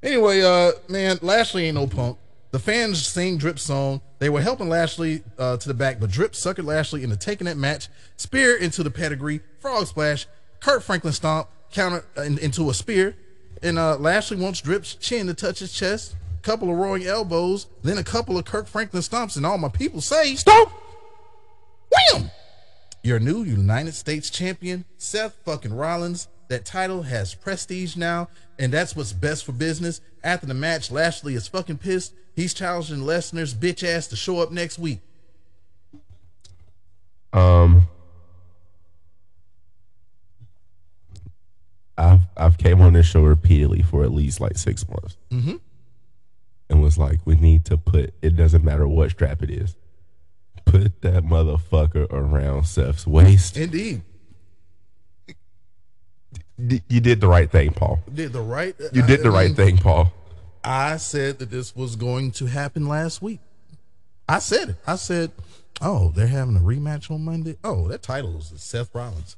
Anyway, uh, man, Lashley ain't no punk. The fans sing Drip's song. They were helping Lashley uh, to the back, but Drip suckered Lashley into taking that match. Spear into the pedigree, frog splash, Kurt Franklin stomp counter uh, in- into a spear, and uh, Lashley wants Drip's chin to touch his chest. Couple of roaring elbows, then a couple of Kirk Franklin stomps, and all my people say,
Stop!
Wham! Your new United States champion, Seth fucking Rollins. That title has prestige now, and that's what's best for business. After the match, Lashley is fucking pissed. He's challenging Lesnar's bitch ass to show up next week.
Um, I've I've came on this show repeatedly for at least like six months, mm-hmm. and was like, we need to put. It doesn't matter what strap it is, put that motherfucker around Seth's waist.
Indeed.
D- you did the right thing, Paul.
Did the right
You did the right thing, Paul.
I said that this was going to happen last week. I said it. I said, oh, they're having a rematch on Monday. Oh, that title is Seth Rollins.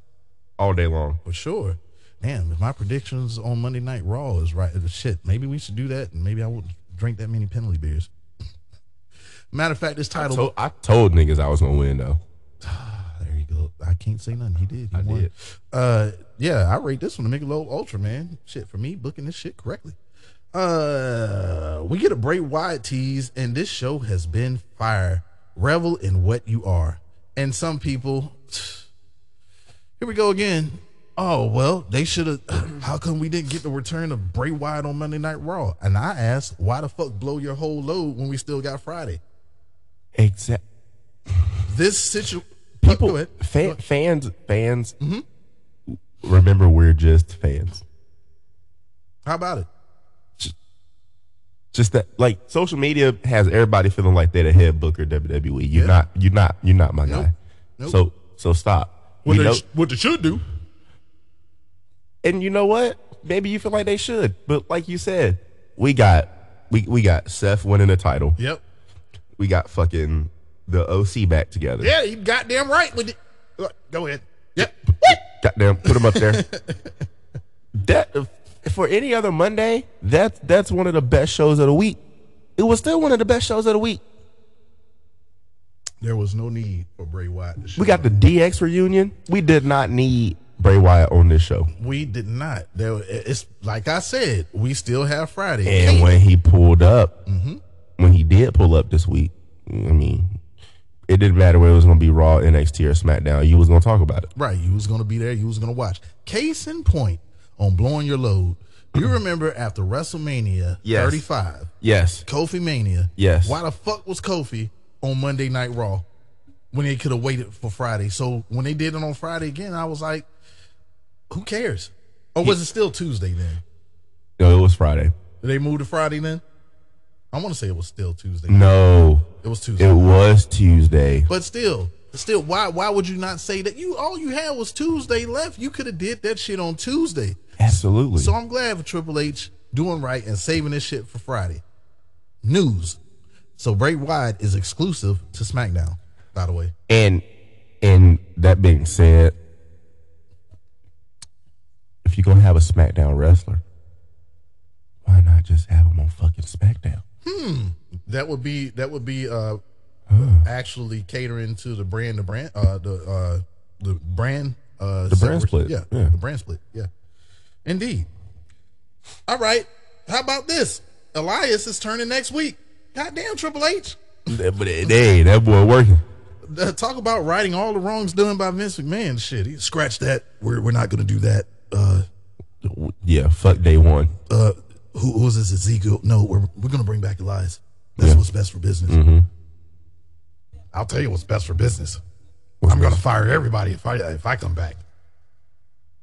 All day long.
for sure. Damn, if my predictions on Monday Night Raw is right, uh, shit, maybe we should do that, and maybe I wouldn't drink that many penalty beers. Matter of fact, this title.
So I told niggas I was gonna win though.
there you go. I can't say nothing. He did. He
I
won.
did.
Uh, yeah, I rate this one a Michelob Ultra, man. Shit, for me, booking this shit correctly. Uh, we get a Bray Wyatt tease, and this show has been fire. Revel in what you are, and some people. Here we go again. Oh well, they should have. How come we didn't get the return of Bray Wyatt on Monday Night Raw? And I asked, why the fuck blow your whole load when we still got Friday?
Exact.
This situation.
People, fan, fans, fans.
Mm-hmm.
Remember, we're just fans.
How about it?
just that like social media has everybody feeling like they're the head booker of WWE. You're not you're not you're not my guy.
Nope.
So so stop.
What
You
they,
know-
sh- what they should do.
and you know what? Maybe you feel like they should. But like you said, we got we we got Seth winning the title.
Yep.
We got fucking the OC back together.
Yeah, you goddamn right with it. Look, Go ahead. Yep.
Goddamn, put him up there. that for any other Monday, that's that's one of the best shows of the week. It was still one of the best shows of the week.
There was no need for Bray Wyatt. To show
We got the
up.
DX reunion. We did not need Bray Wyatt on this show.
We did not. There. It's like I said. We still have Friday.
And
Can't-
when he pulled up, when he did pull up this week, I mean, it didn't matter whether it was going to be Raw, NXT, or SmackDown. You was going to talk about it.
Right. You was gonna be there. You was gonna watch. Case in point on blowing your load. You remember after WrestleMania
Yes.
35,
Yes.
Kofi Mania.
Yes.
Why the fuck was Kofi on Monday Night Raw when they could have waited for Friday? So when they did it on Friday again, I was like, who cares? Or was it still Tuesday then?
No, it was Friday.
Did they move to Friday then? I want to say it was still Tuesday.
Mm. No,
It was Tuesday.
it was Tuesday.
But still, still, why why would you not say that? You all you had was Tuesday left. You could have did that shit on Tuesday.
Absolutely.
So I'm glad for Triple H doing right and saving this shit for Friday. News. So Bray Wyatt is exclusive to SmackDown, by the way.
and and that being said, if you're going to have a SmackDown wrestler, why not just have him on fucking SmackDown?
That would be that would be uh actually catering to the brand the brand uh the uh the brand uh the
brand split,
Yeah,
yeah.
the brand split, yeah. Indeed. All right. How about this? Elias is turning next week. Goddamn Triple H.
but hey, that boy working.
Uh, talk about righting all the wrongs done by Vince McMahon. Shit, he scratch that. We're we're not gonna do that. Uh,
Yeah, fuck day one.
uh, who who is this Ezekiel? No, we're we're gonna bring back Elias. That's what's best for business.
Mm-hmm.
I'll tell you what's best for business. I'm gonna fire everybody if I if I come back.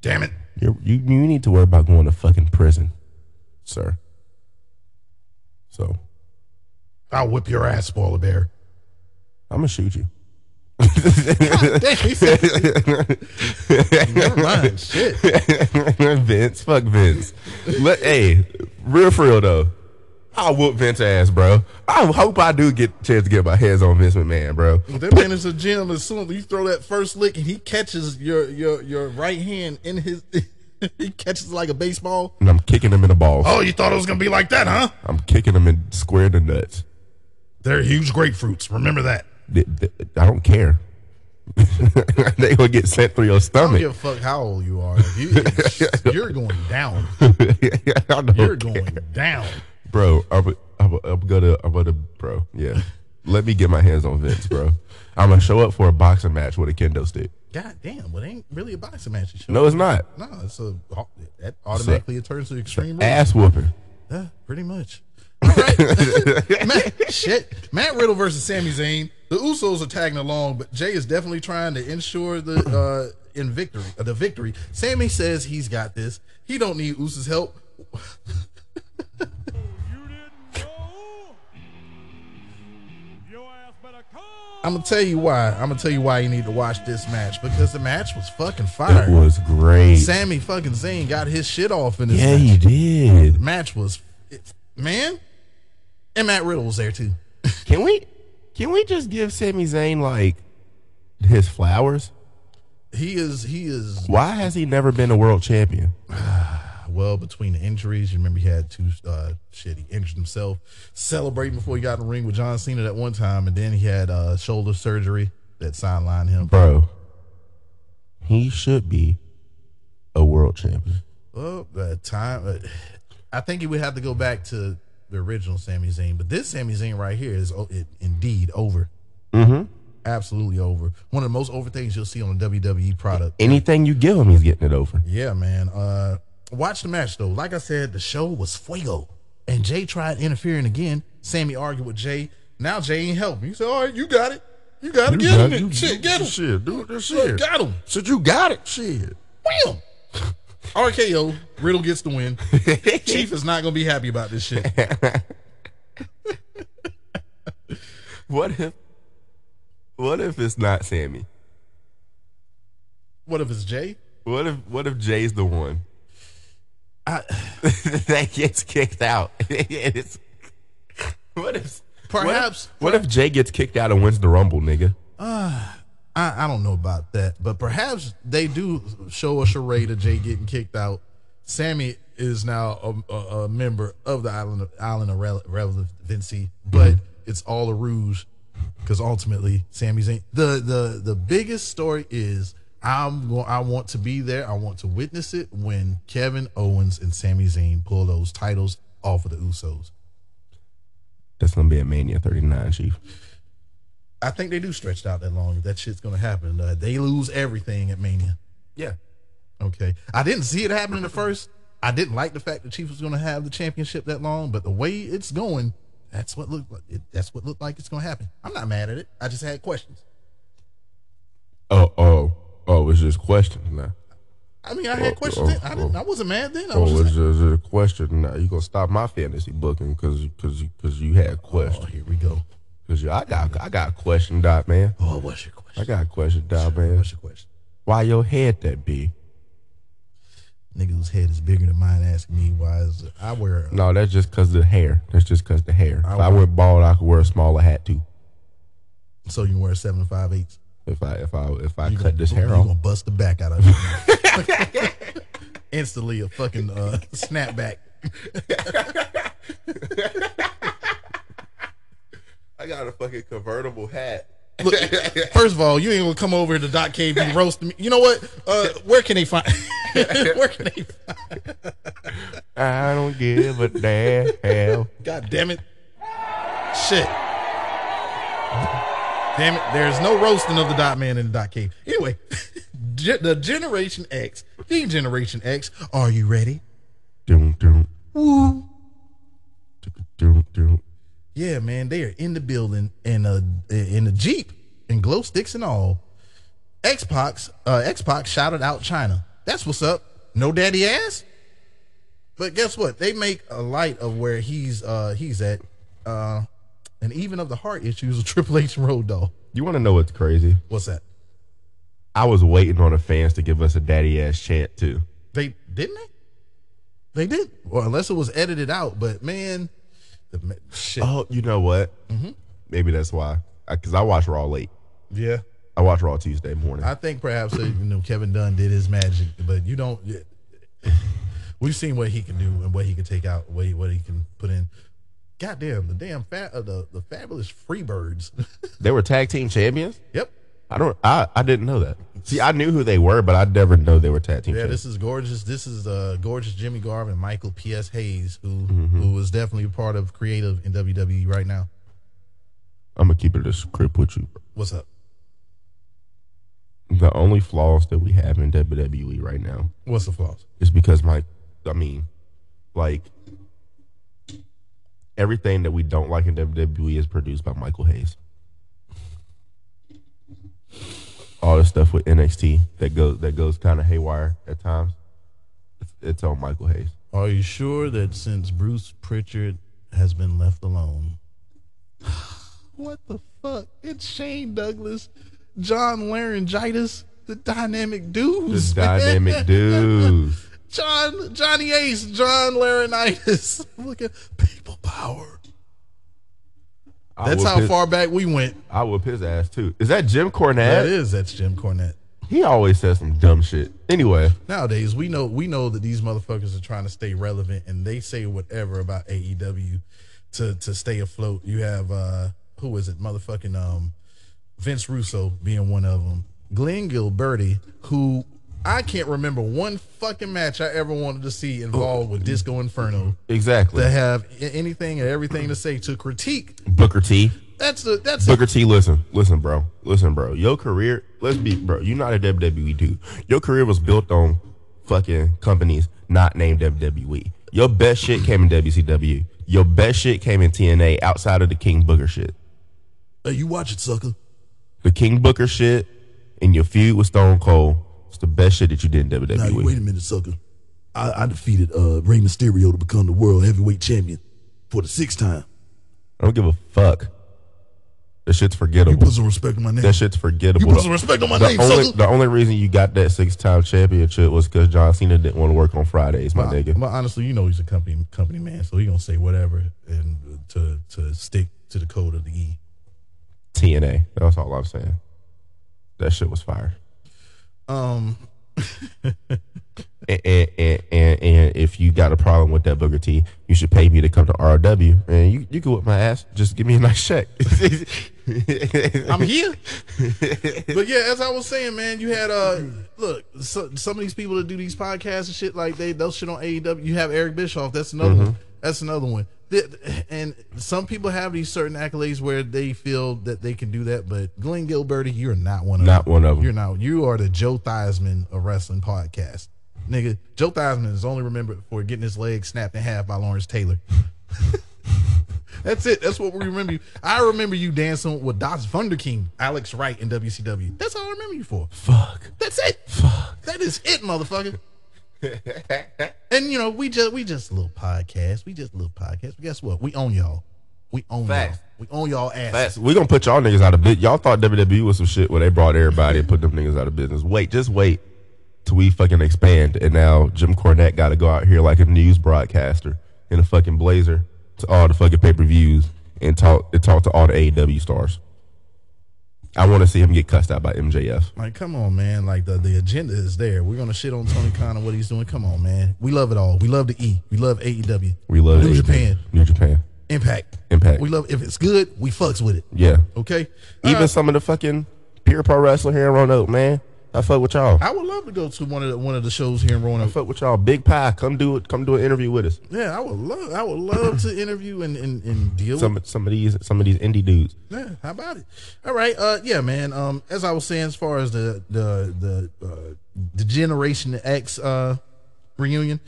Damn it!
You're, you you need to worry about going to fucking prison, sir. So
I'll whip your ass, spoiler bear.
I'm gonna shoot you.
Damn, he said, never mind. Shit.
Vince, fuck Vince. Let, hey, real for real though, I whoop Vince ass, bro. I hope I do get a chance to get my hands on Vince McMahon, bro.
That man is a gym. As soon as you throw that first lick and he catches your your your right hand in his, he catches like a baseball.
And I'm kicking him in the balls.
Oh, you thought it was gonna be like that, huh?
I'm kicking him in square in the nuts.
They're huge grapefruits. Remember that.
Th- th- I don't care. they gonna get sent through your
I don't give a
stomach.
fuck how old you are. If you, you're going down.
I don't
You're
care.
going down.
bro. I'm, I'm, I'm gonna, I'm gonna, bro. Yeah, let me get my hands on Vince, bro. I'm gonna show up for a boxing match with a kendo stick.
God damn, but it ain't really a boxing match. It's
No, it's not.
no, it's a that automatically it turns to extreme rules.
Ass whooping.
Yeah, pretty much. All right. Matt, shit. Matt Riddle versus Sami Zayn. The Usos are tagging along, but Jay is definitely trying to ensure the uh, in victory, uh, the victory. Sammy says he's got this. He don't need Usos' help.
You didn't know. Your ass better call.
I'm gonna tell you why. I'm gonna tell you why you need to watch this match because the match was fucking
It
fire.
was great.
Sammy fucking Zayn got his shit off in this
yeah,
match.
he did.
match was it, man, and Matt Riddle was there too.
Can we, can we just give Sami Zayn like his flowers?
He is he is
Why has he never been a world champion?
well between the injuries. You remember he had two uh, shit. He injured himself celebrating before he got in the ring with John Cena that one time, and then he had uh, shoulder surgery that sidelined him.
Bro, he should be a world champion.
Well, uh, time. Uh, I think he would have to go back to the original Sami Zayn, but this Sami Zayn right here is o- it, indeed over. Mm-hmm. Absolutely over. One of the most over things you'll see on a WWE product.
Anything you give him, he's getting it over.
Yeah, man. Uh, watch the match though. Like I said, the show was fuego, and Jay tried interfering again. Sammy argued with Jay. Now Jay ain't helping. You said, "All right, you got it. You got to get him. it. shit, get him.
Shit, dude, this
Look,
shit.
got him.
Said you got it. Shit.
Wham." RKO. Riddle gets the win. Chief is not gonna be happy about this shit.
What if, what if it's not Sammy?
What if it's Jay?
What if, what if Jay's the one
I,
that gets kicked out? It's- what if, what if-
Perhaps-
What if, Jay gets kicked out and wins the Rumble, nigga?
I I don't know about that, but perhaps they do show a charade of Jay getting kicked out. Sammy is now a, a, a member of the island of, island of rele- relevancy, but it's all a ruse because ultimately Sammy's ain't the the the biggest story is. I'm going. I want to be there. I want to witness it when Kevin Owens and Sami Zayn pull those titles off of the Usos.
That's gonna be a Mania 39, Chief.
I think they do stretch out that long. That shit's gonna happen. Uh, they lose everything at Mania.
Yeah.
Okay. I didn't see it happening at first. I didn't like the fact the Chiefs was going to have the championship that long, but the way it's going, that's what looked like. It, that's what looked like it's going to happen. I'm not mad at it. I just had questions.
Oh, oh, oh, it's just questions now.
I mean, I had
Oh,
questions.
oh,
then. I didn't. I wasn't mad then. I
Oh,
was
it's
just.
just a question. Now you gonna stop my fantasy booking because because because you had
Oh,
questions.
here we go.
Because you, I got I got a question, dot man.
Oh, what's your question?
I got a question, dot man.
What's your question?
Why your head that big?
Nigga whose head is bigger than mine asking me why is I wear.
No, that's just cause the hair. That's just cause the hair. If I went bald, I could wear a smaller hat too.
So you can wear seven and five eighths.
If I if I if I
You
cut this hair
you
off,
gonna bust the back out of it. Instantly a fucking uh, snapback.
I got a fucking convertible hat.
Look, first of all, you ain't gonna come over to Doc Cave and roast me. You know what? Uh, where can they find? where can they? Find,
I don't give a damn.
God damn it! Shit! Damn it! There's no roasting of the Dot Man in the Dot Cave. Anyway, ge- the Generation X, the Generation X. Are you ready?
Doom doom. Doom doom.
Yeah, man, they are in the building in a in a jeep and glow sticks and all. X Pac, uh, X Pac shouted out China. That's what's up. No daddy ass. But guess what? They make a light of where he's uh he's at, uh, and even of the heart issues of Triple H and Road Dog.
You want to know what's crazy?
What's that?
I was waiting on the fans to give us a daddy ass chant too.
They didn't they? They did, or unless it was edited out. But man, the ma- shit.
Oh, you know what?
Mm-hmm.
Maybe that's why. Because I, watch Raw late.
yeah.
I watch Raw Tuesday morning.
I think perhaps uh, you know Kevin Dunn did his magic, but you don't. We've seen what he can do and what he can take out, what he, what he can put in. goddamn the damn fat uh, the the fabulous Freebirds.
They were tag team champions.
yep.
I don't. I, I didn't know that. See, I knew who they were, but I never know they were tag team.
Yeah,
champions.
this is gorgeous. This is uh, gorgeous Jimmy Garvin and Michael P.S. Hayes, who who is definitely a part of creative in WWE right now.
I'm gonna keep it a script with you.
What's up?
The only flaws that we have in WWE right now
What's the flaws?
is because my, I mean, like everything that we don't like in WWE is produced by Michael Hayes. All the stuff with NXT that goes that goes kind of haywire at times. It's, it's on Michael Hayes.
Are you sure that since Bruce Pritchard has been left alone? what the fuck? It's Shane Douglas, John Laryngitis, the dynamic dudes.
The dynamic dudes.
John Johnny Ace, John Laryngitis. Look at people power.
I
That's
will
how
piss-
far back we went.
I whoop his ass too. Is that Jim Cornette?
That is that's Jim Cornette.
He always says some dumb shit. Anyway,
Nowadays, we know we know that these motherfuckers are trying to stay relevant, and they say whatever about AEW to to stay afloat. You have uh who is it, motherfucking um Vince Russo being one of them. Glenn Gilberti, who I can't remember one fucking match I ever wanted to see involved with Disco Inferno
exactly.
to have a- anything and everything to say to critique.
Booker T.
That's the that's
Booker T. Listen, listen, bro. Listen, bro. Your career. Let's be, bro. You're not a WWE dude. Your career was built on fucking companies not named WWE. Your best shit came in WCW. Your best shit came in TNA outside of the King Booker shit.
Hey, you watch it, sucker.
The King Booker shit and your feud with Stone Cold was the best shit that you did in E. WWE.
Now, you wait a minute, sucker. I, I defeated uh, Rey Mysterio to become the world heavyweight champion for the sixth time.
I don't give a fuck. That shit's
You
forgettable.
put some respect on my name.
That shit's forgettable.
You put
The-
some respect on my
the
name,
only,
sucker.
the only reason you got that six time championship was because John Cena didn't want to work on Fridays, my nigga.
But honestly, you know he's a company company man, so he gonna say whatever and to to stick to the code of the E.
TNA. That's all I'm saying. That shit was fire.
Um,
And, and, and, and, and if you got a problem with that Booker T, you should pay me to come to RW. And you, you can whip my ass. Just give me a nice check.
I'm here. but yeah, as I was saying, man, you had uh look, so, some of these people that do these podcasts and shit like they those shit on AEW. You have Eric Bischoff. That's another one. That's another one. Th- And some people have these certain accolades where they feel that they can do that, but Glenn Gilberti, you're not one of
Not
them.
one of 'em.
You're not. You are the Joe Theismann of wrestling podcast, nigga. Joe Theismann is only remembered for getting his leg snapped in half by Lawrence Taylor. That's it. That's what we remember you. I remember you dancing with Dodge Thunder King, Alex Wright in WCW. That's all I remember you for.
Fuck.
That's it. Fuck. That is it, motherfucker. and you know, we just we just a little podcast. We just a little podcast. But guess what? We own y'all. We own
Facts.
y'all. We own y'all asses.
That's, we gonna put y'all niggas out of business. Y'all thought WWE was some shit where they brought everybody and put them niggas out of business. Wait, just wait till we fucking expand. And now Jim Cornette got to go out here like a news broadcaster in a fucking blazer to all the fucking pay per views and talk and talk to all the AEW stars. I want to see him get cussed out by MJF.
Like, come on, man. Like the, the agenda is there. We're gonna shit on Tony Khan and what he's doing. Come on, man. We love it all. We love the E. We love AEW.
We love
New
AEW.
Japan.
New Japan.
Impact.
Impact.
We love if it's good, we fucks with it.
Yeah.
Okay. Uh,
Even
All right.
some of the fucking pure pro wrestler here in Roanoke, man. I fuck with y'all. I
I would love to go to one of the, one of the shows here in Roanoke.
fuck with y'all. Big Pie, come do it. Come do an interview with us.
Yeah, I would love I would love to interview and, and, and deal
Some
with
some of these some of these indie dudes.
yeah, how about it? All right, uh yeah, man. Um as I was saying as far as the the the uh the Generation X uh reunion,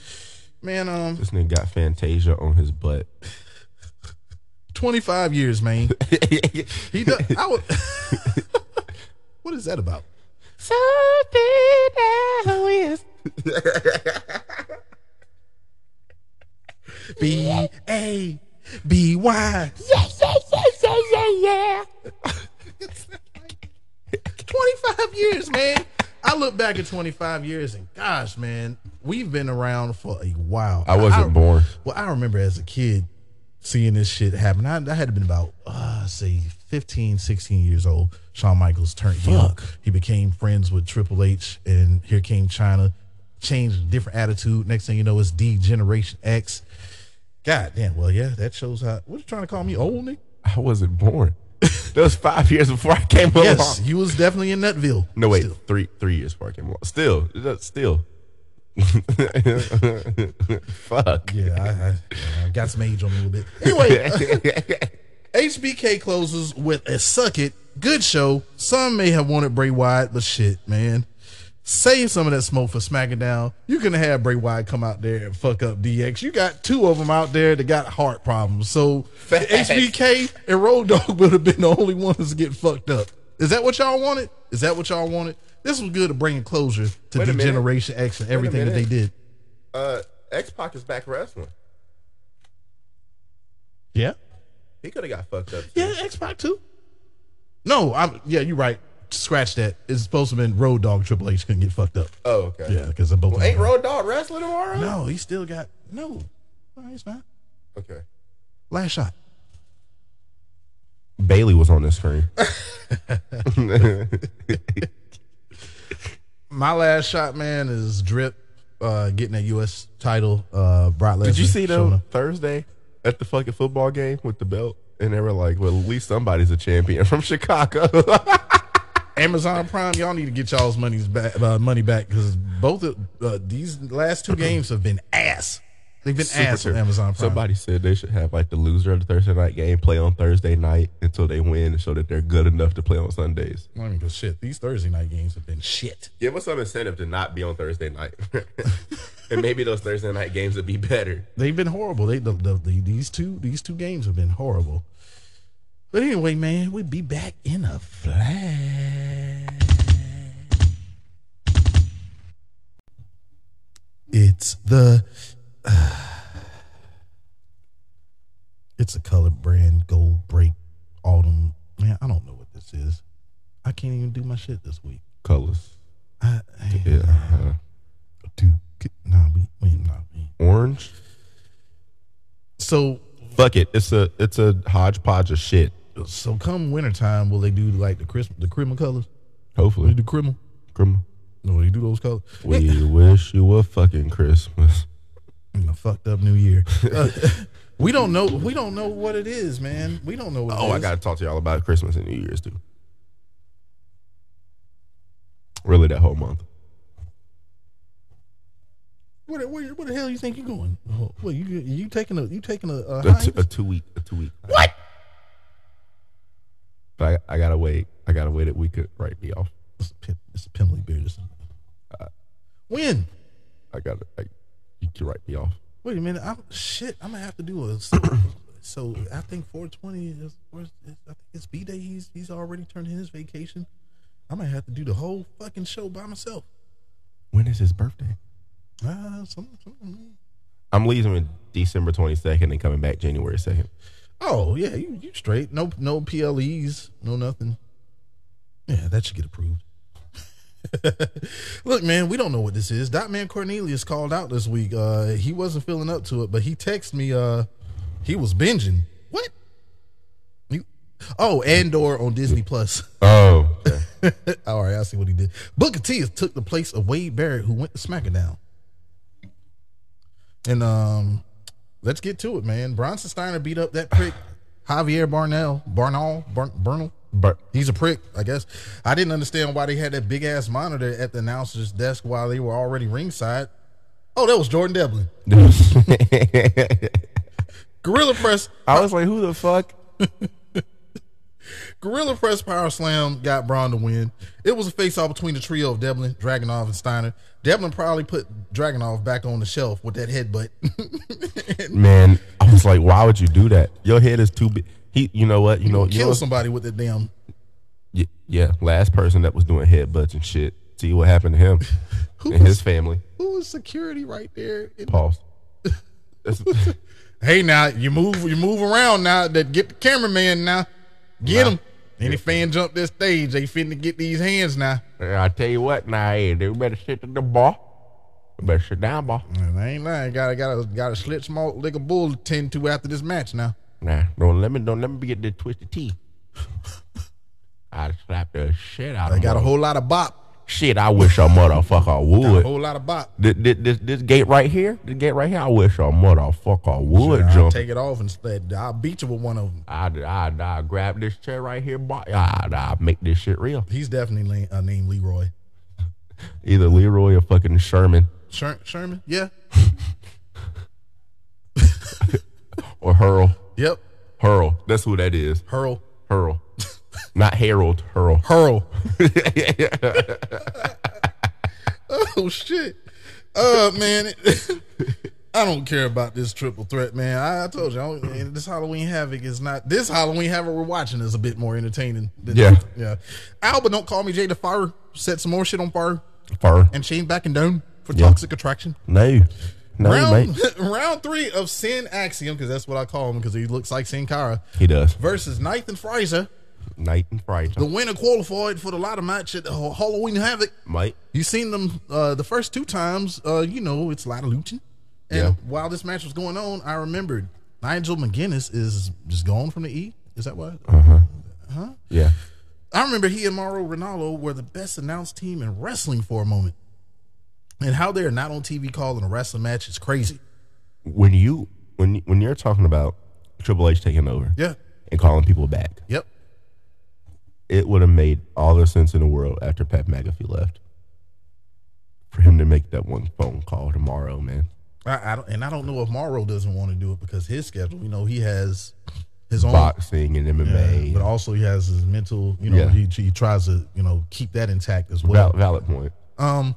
man, um
This nigga got Fantasia on his butt.
twenty five years, man. He does, I would What is that about? B A B Y. Yeah, yeah, yeah, yeah, yeah, yeah. 25 years, man. I look back at 25 years and gosh, man, we've been around for a while.
I wasn't born.
Well, I remember as a kid seeing this shit happen. I, I had been about, uh, say, 15, 16 years old. Shawn Michaels turned heel. He became friends with Triple H, and here came China. Changed a different attitude. Next thing you know, it's D Generation X God damn. Well, yeah, that shows how. What you trying to call me old, Nick?
I wasn't born. that was five years before I came along.
Yes, you was definitely in Nutville.
Oh, uh-huh. No wait,
Still.
three three years before I came along. Still, that's still. Fuck.
Yeah, I, I, yeah, I got some age on me a little bit. Anyway, HBK closes with a suck it. Good show. Some may have wanted Bray Wyatt, but shit, man. Save some of that smoke for SmackDown. You can have Bray Wyatt come out there and fuck up DX. You got two of them out there that got heart problems. So
Facts.
HBK and Road Dog would have been the only ones to get fucked up. Is that what y'all wanted? Is that what y'all wanted? This was good at bringing closure to
Wait a
the
minute.
Generation X and everything that they
minute.
did.
Uh, X Pac is back wrestling.
Yeah.
He could have got fucked up.
Yeah, Xbox Two. No, I'm. Yeah, you're right. Scratch that. It's supposed to have been Road Dog. Triple H couldn't get fucked up.
Oh, okay.
Yeah, because they both.
Well, ain't Road Dog wrestling tomorrow?
No, he still got no. No, he's not.
Okay.
Last shot.
Bailey was on the screen.
My last shot, man, is Drip uh, getting that U.S. title. Uh, Brock Lesnar.
Did you see
showing
them
up.
Thursday at the fucking football game with the belt? And they were like, well, at least somebody's a champion from Chicago.
Amazon Prime, y'all need to get y'all's money's back, uh, money back because both of uh, these last two games have been ass. They've been
Super
ass on
terrible.
Amazon Prime.
Somebody said they should have like the loser of the Thursday night game play on Thursday night until they win and show that they're good enough to play on Sundays.
I mean, 'cause shit, these Thursday night games have been shit.
Give us some incentive to not be on Thursday night. and maybe those Thursday night games would be better.
they've been horrible. They the, the, the- these two these two games have been horrible. But anyway, man, we'll be back in a flash. It's the it's a colored brand gold break autumn. Man, I don't know what this is. I can't even do my shit this week.
Colors.
I,
Yeah. uh,
do nah we we nah we.
orange.
So
Fuck it. It's a it's a hodgepodge of shit.
So come wintertime, will they do like the crisp, the criminal colors? Will they
Hopefully.
do criminal?
Grim-
No, will they do those colors?
We wish you a fucking Christmas.
In a fucked up New Year. Uh, we don't know. We don't know what it is, man. We don't know what.
Oh, I gotta talk to y'all about Christmas and New Year's too. Really that whole month.
Where, where, where the hell you think you going? Oh, well, you you taking a you taking a, a
A, t- a
hiatus?
two week, a two week. What? But I, I gotta wait. I gotta wait. It we could write me off.
It's a Pim- it's a Pimley beer. This
Uh,
when?
I gotta. I, you can write me off.
Wait a minute. I'm shit. I'm gonna have to do a. so I think 420 is. where's- is- I think it's B day. He's he's already turned in his vacation. I'm gonna have to do the whole fucking show by myself.
When is his birthday?
Uh, some, some,
I'm leaving in December 22nd and coming back January 2nd.
oh yeah, you, you straight. No no PLEs, no nothing. Yeah, that should get approved. Look, man, we don't know what this is. Dot man Cornelius called out this week. Uh, he wasn't feeling up to it, but he texted me. Uh, he was binging. What? You? Oh, Andor on Disney Plus.
Oh, okay.
All right, I see what he did. Booker T has took the place of Wade Barrett, who went to SmackDown. And um, let's get to it, man. Bronson Steiner beat up that prick, Javier Barnell, Barnall, Barn, Bernal.
but
He's a prick, I guess. I didn't understand why they had that big ass monitor at the announcer's desk while they were already ringside. Oh, that was Jordan Devlin. Gorilla press,
I was like, who the fuck?
Gorilla Press Power Slam got Braun to win. It was a face off between the trio of Devlin, Dragonov, and Steiner. Devlin probably put Dragonov back on the shelf with that headbutt.
Man, I was like, why would you do that? Your head is too big. He, you know what? You know, you know
Kill somebody with that damn.
Y- yeah, last person that was doing headbutts and shit. See what happened to him
Who
and
was-
his family.
Who was security right there? It-
Pause. That's,
hey, now you move, you move around now. That get the cameraman now. Get
Nah.
him. Any fan jump this stage, they finna get these hands now.
I tell you what, now hey, they better sit to the bar. Better sit down, bar.
And I ain't lying. Gotta gotta gotta slit smoke like a bull to tend to after this match now.
Nah, don't let me don't let me get the twisted tea. I slap the shit out.
They
of
got a
him.
whole lot of bop.
Shit, I wish a motherfucker
Got a
would.
whole lot of bop.
This, this, this, this gate right here, this gate right here, I wish a motherfucker would
I'll
jump.
take it off and spread. I'll beat you with one of them.
I'd, I'd, I'd grab this chair right here, boy. I'd, I'd make this shit real.
He's definitely la- uh, named Leroy.
Either Leroy or fucking Sherman
Sher- Sherman? Yeah.
or Hurl.
Yep.
Hurl. That's who that is.
Hurl.
Hurl. Not Harold. Hurl.
Hurl. oh shit. Uh man. I don't care about this triple threat, man. I, I told you, I don't- and this Halloween Havoc is not this Halloween Havoc we're watching is a bit more entertaining. Than
Yeah.
yeah. Alba, don't call me Jay the Fire. Set some more shit on fire
Fur.
and Shane back and down for
Yeah.
toxic attraction.
No. No,
Round
mate.
round three of Sin Axiom because that's what I call him because he looks like Sin Cara
He does.
versus Nathan Fraser.
Night and Friday.
The winner qualified for the ladder match at the Ha- Halloween Havoc.
Mike.
You seen them uh, the first two times. Uh, you know it's a lot of luching. And
Yeah.
while this match was going on, I remembered Nigel McGuinness is just gone from the E. Is that what?
Yeah.
I remember he and Mauro Ronaldo were the best announced team in wrestling for a moment. And how they're not on TV calling a wrestling match is crazy.
When you when when you're talking about Triple H taking over
Yeah.
and calling people back,
Yep.
it would have made all the sense in the world after Pat McAfee left. For him to make that one phone call tomorrow, man.
I, I don't, and I don't know if Mauro doesn't want to do it because his schedule. You know, he has his own
Boxing and MMA.
Oh. Yeah, but also he has his mental, you know,
Yeah.
he, he tries to, you know, keep that intact as well.
Val- valid point.
Um,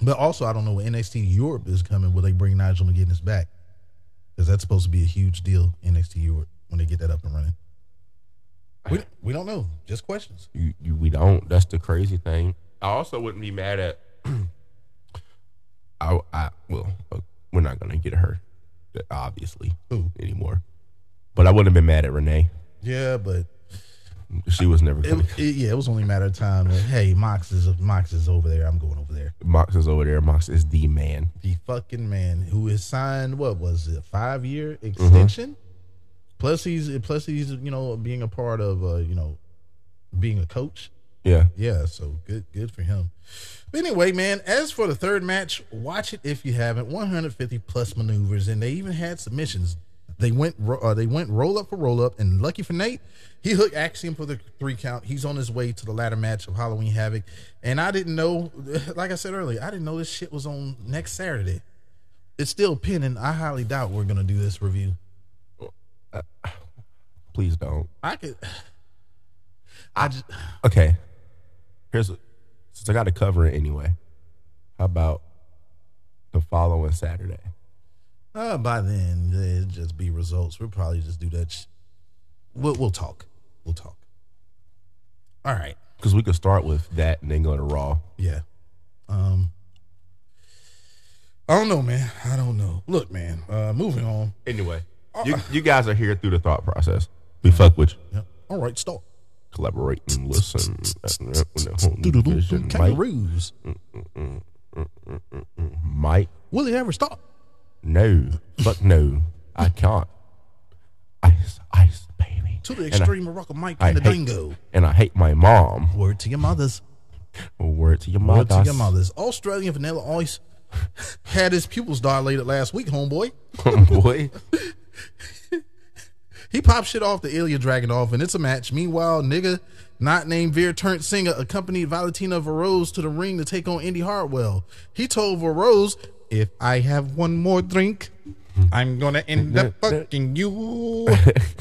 but also I don't know what NXT Europe is coming. Will they bring Nigel McGuinness back? Because that's supposed to be a huge deal NXT Europe when they get that up and running. We, we don't know. Just questions.
You, you we don't. That's the crazy thing. I also wouldn't be mad at. I I well, uh, we're not gonna get her, obviously,
Who?
anymore. But I wouldn't have been mad at Renee.
Yeah, but
She was never.
it,
Coming.
it- yeah, it was only a matter of time. That, hey, Mox is Mox is over there. I'm going over there.
Mox is over there. Mox is the man.
The fucking man who is signed. What was it? Five year extension. Plus he's plus he's you know being a part of uh, you know being a coach.
Yeah.
yeah, so good good for him. But anyway, man, as for the third match, watch it if you haven't. 150 plus maneuvers, and they even had submissions. They went ro- uh, they went roll up for roll up, and lucky for Nate, he hooked Axiom for the three count. He's on his way to the latter match of Halloween Havoc, and I didn't know, like I said earlier, I didn't know this shit was on next Saturday. It's still pending. I highly doubt we're gonna do this review.
Please don't.
I could, I just
Okay. Here's since I got to cover it anyway. How about the following Saturday?
Uh, by then, it'd just be results. We'll probably just do that. Sh- we'll, we'll talk. We'll talk. All right.
Because we could start with that and then go to Raw.
Yeah. Um. I don't know, man. I don't know. Look, man. Uh, moving on.
Anyway, you, you guys are here through the thought process. Uh, We fuck with you.
Yep. All right, stop.
collaborate and listen. Vision, Mike, Mm.
Kangaroos.
Mike,
Will he ever stop?
no, fuck no, I can't. Ice, ice, baby.
To the
And I-
extreme of Rocker Mike
I,
and the
hate,
Dingo.
and I hate my mom.
Word to your mothers.
Word to your mother.
Word to your mothers. Australian Vanilla Ice had his pupils dilated last week, homeboy.
boy.
He popped shit off the Ilya Dragunov, and it's a match. Meanwhile, nigga, not named Veer Turnt Singer, accompanied Valentina Varoz to the ring to take on Indy Hartwell. He told Varoz, if I have one more drink, I'm gonna end up fucking you.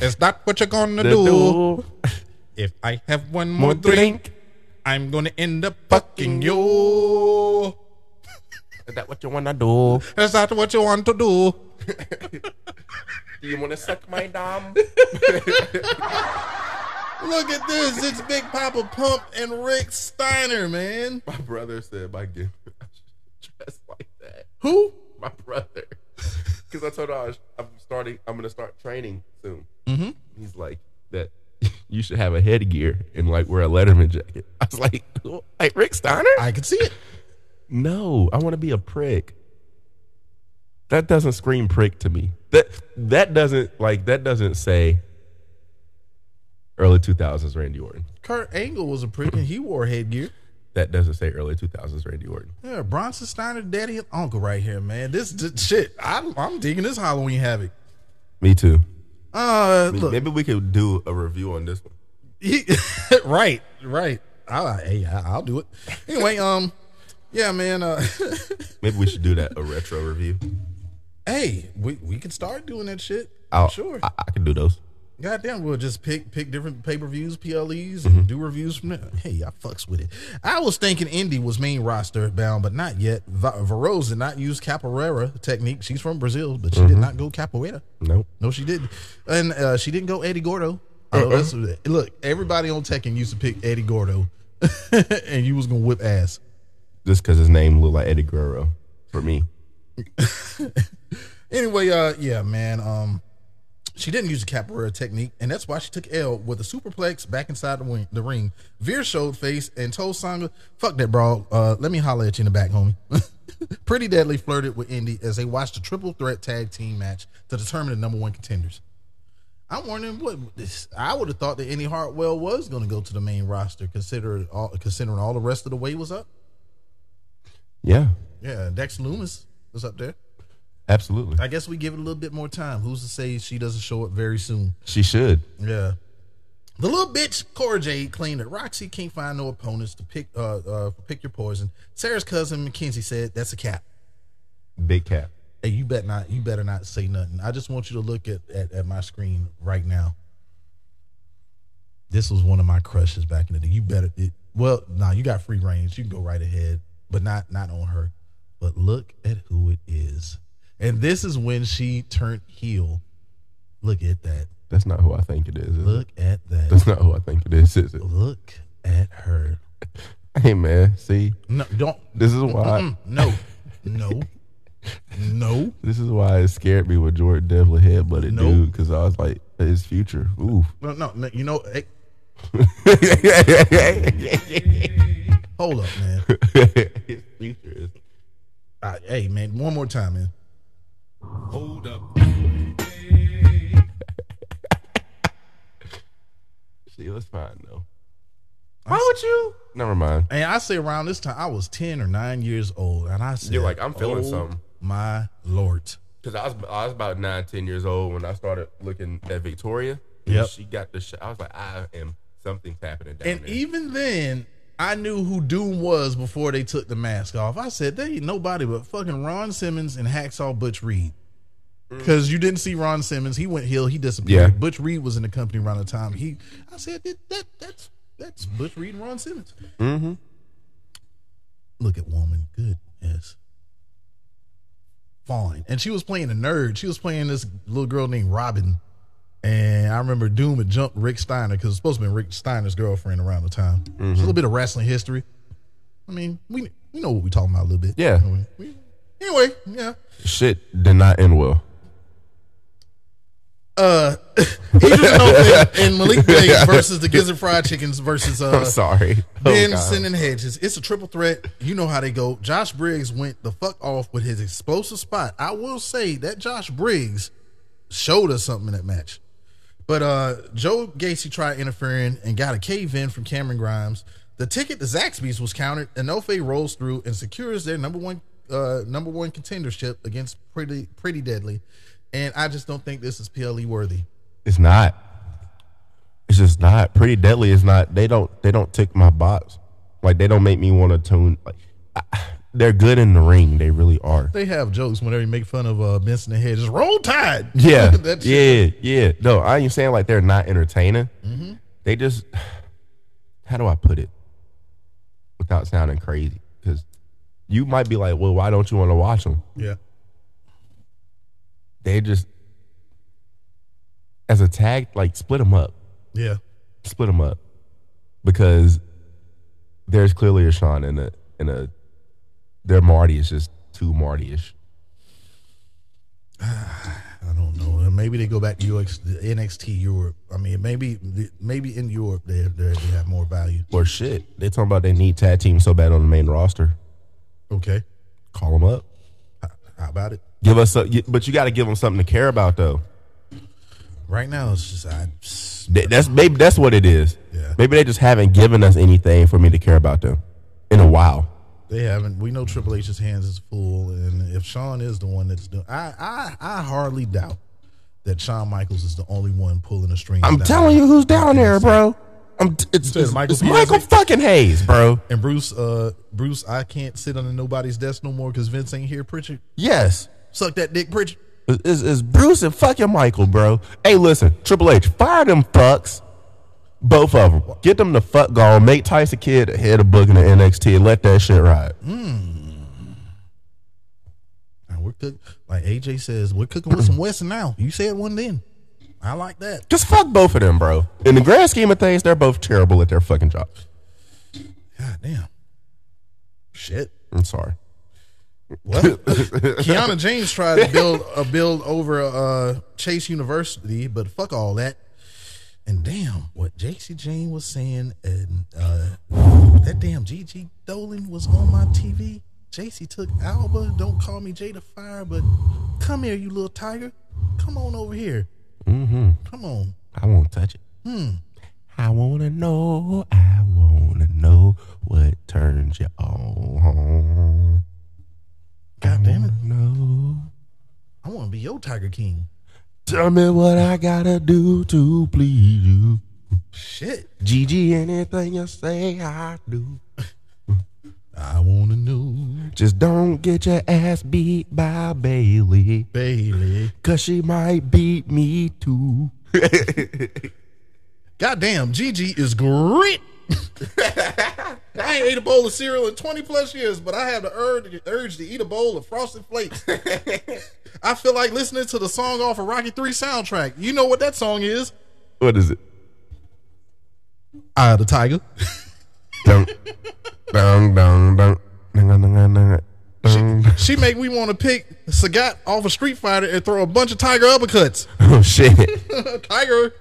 Is that what you're gonna do? If I have one more drink, I'm gonna end up fucking you.
Is that what you wanna do?
Is that what you want to do?
Do you wanna suck my dom?
Look at this. It's Big Papa Pump and Rick Steiner, man.
my brother said my gift dress like that.
Who?
my brother because I told her I was, I'm starting. I'm gonna start training soon. He's like that. You should have a headgear and like wear a Letterman jacket. I was like, like Rick Steiner?
I can see it.
no, I want to be a prick. That doesn't scream prick to me. That that doesn't like that doesn't say early 2000s Randy Orton.
Kurt Angle was a prick and he wore headgear.
That doesn't say early 2000s Randy Orton.
Yeah, Bronson Steiner, daddy and uncle, right here, man. This, this shit, I, I'm digging this Halloween havoc.
Me too.
Uh, look,
Maybe we could do a review on this one.
He- right, right. I, hey, I, I'll do it. Anyway, um, yeah, man. Uh,
Maybe we should do that a retro review.
hey, we we can start doing that shit.
I'll,
sure.
I, I can do those.
Goddamn, we'll just pick pick different pay per views, PLEs, and do reviews from there. Hey, I fucks with it. I was thinking Indy was main roster bound, but not yet. Va- Varoz did not use capoeira technique. She's from Brazil, but she did not go capoeira.
Nope.
No, she didn't. And uh, she didn't go Eddie Gordo. Oh, that's, look, everybody on Tekken used to pick Eddie Gordo, and you was gonna whip ass.
Just because his name looked like Eddie Guerrero for me.
Anyway, uh, yeah, man. Um, she didn't use the capoeira technique, and that's why she took L with a superplex back inside the, wing, the ring. Veer showed face and told Sangha, "Fuck that, bro. Uh, let me holler at you in the back, homie." Pretty Deadly flirted with Indy as they watched a triple threat tag team match to determine the number one contenders. I'm wondering what this. I would have thought that Indy Hartwell was going to go to the main roster, considering all considering all the rest of the way was up.
Yeah,
Yeah, Dex Loomis was up there.
absolutely.
I guess we give it a little bit more time. Who's to say she doesn't show up very soon?
She should.
Yeah. The little bitch Cora Jade claimed that Roxy can't find no opponents to pick uh, uh pick your poison. Sarah's cousin Mackenzie said that's a cap.
Big cap.
Hey, you bet not you better not say nothing. I just want you to look at, at, at my screen right now. This was one of my crushes back in the day. You better it, well, nah, you got free range. You can go right ahead, but not not on her. But look at who it is. And this is when she turned heel. Look at that.
That's not who I think it is. is it?
Look at that.
That's not who I think it is, is it?
Look at her.
Hey, man. See,
No, don't.
this is why
Mm, no, no, no.
this is why it scared me with Jordan Devlin headbutted
Nope.
dude because I was like, his future. Ooh.
No, no, no, you know, hey, hold up, man.
his future is.
All right, hey, man, one more time, man.
Hold up.
See, it was fine though. Why would you? Never mind.
And I say around this time, I was 10 or 9 years old, and I said,
You're like, I'm feeling
"Oh,
something."
My Lord.
Cause I was I was about nine, ten years old when I started looking at Victoria. And
Yep.
She got the shit. I was like, I am something's happening down
And
there.
even then, I knew who Doom was before they took the mask off. I said, there ain't nobody but fucking Ron Simmons and Hacksaw Butch Reed.
Mm.
Because you didn't see Ron Simmons. He went hill. He disappeared.
Yeah.
Butch Reed was in the company around the time. He, I said, that, that that's that's Butch Reed and Ron Simmons. Mm-hmm. Look at woman. Goodness. Fine. And she was playing a nerd. She was playing this little girl named Robin. And I remember Doom had jumped Rick Steiner because it's supposed to be Rick Steiner's girlfriend around the time. It's a
Mm-hmm.
little bit of wrestling history. I mean, we we know what we're talking about a little bit.
Yeah.
Anyway, we- anyway yeah.
shit did not end well.
Uh, Idris Elba and Malik Bates versus the Gizzard Fried Chickens versus uh,
I'm sorry. Oh,
Ben
God.
Sinnen Hedges. It's a triple threat. You know how they go. Josh Briggs went the fuck off with his explosive spot. I will say that Josh Briggs showed us something in that match. But uh, Joe Gacy tried interfering and got a cave in from Cameron Grimes. The ticket to Zaxby's was countered, and Ofe rolls through and secures their number one uh, number one contendership against Pretty Pretty Deadly. And I just don't think this is PLE worthy.
It's not. It's just not. Pretty deadly is not. They don't. They don't tick my box. Like they don't make me want to tune. Like I, they're good in the ring. They really are.
They have jokes whenever you make fun of uh, Benson and Hedge. Just roll tide.
Yeah.
That shit. Mm-hmm.
yeah. Yeah. No, I ain't saying like they're not entertaining. They just. How do I put it? Without sounding crazy, because you might be like, well, why don't you want to watch them?
Yeah.
They just. As a tag, like split them up.
Yeah.
split them up because there's clearly a Sean and a and a their Marty is just too Marty-ish.
I don't know. And maybe they go back to UX, the NXT Europe. I mean, maybe maybe in Europe they they they have more value.
Or shit, they talking about they need tag teams so bad on the main roster.
Okay.
Call them up.
How about it?
Give us, a, y- but you got to give them something to care about though.
Right now it's just I,
Th- That's maybe that's what it is.
Yeah.
Maybe they just haven't given us anything for me to care about them. in a while.
They haven't. We know Triple H's hands is full, and if Sean is the one that's doing, I I, I hardly doubt that Shawn Michaels is the only one pulling the string.
I'm telling you who's down there, bro. I'm t- it's,
said
it's,
Michael
it's Michael
Piazza.
fucking Hayes, bro.
And Bruce, uh, Bruce, I can't sit under nobody's desk no more because Vince ain't here. Pritchard,
Yes.
suck that dick, Pritchard.
It's, it's Bruce and fucking Michael, bro. Hey, listen, Triple H, fire them fucks. Both of them. Get them the fuck gone. Make Tyson Kidd the head of booking the NXT and let that shit ride.
Now we're cook like AJ says, we're cooking with some Wesson now. You said one then. I like that.
Just fuck both of them, bro. In the grand scheme of things, they're both terrible at their fucking jobs.
God damn. Shit.
I'm sorry.
Well, Kiana James tried to build a build over uh, Chase University, but fuck all that. And damn, what JC Jane was saying, and uh, that damn Gigi Dolan was on my TV. JC took Alba. Don't call me Jada Fire, but come here, you little tiger. Come on over here. Mm-hmm. Come on.
I won't touch it. Hmm. I wanna know. I wanna know what turns you on.
God damn it.
No.
I want to be your Tiger King.
Tell me what I gotta do to please you.
Shit.
Gigi, anything you say, I do.
I want to know,
Just don't get your ass beat by Bailey,
Bailey.
cause she might beat me too.
Goddamn, Gigi is great. I ain't ate a bowl of cereal in 20 plus years, but I have the urge, urge to eat a bowl of Frosted Flakes. I feel like listening to the song off of Rocky 3 soundtrack. You know what that song is?
What is it?
Eye of the Tiger.
Dun, dun, dun, dun, dun, dun, dun, dun, dun, dun.
She make we want to pick Sagat off of Street Fighter and throw a bunch of Tiger uppercuts.
Oh shit.
tiger. Tiger.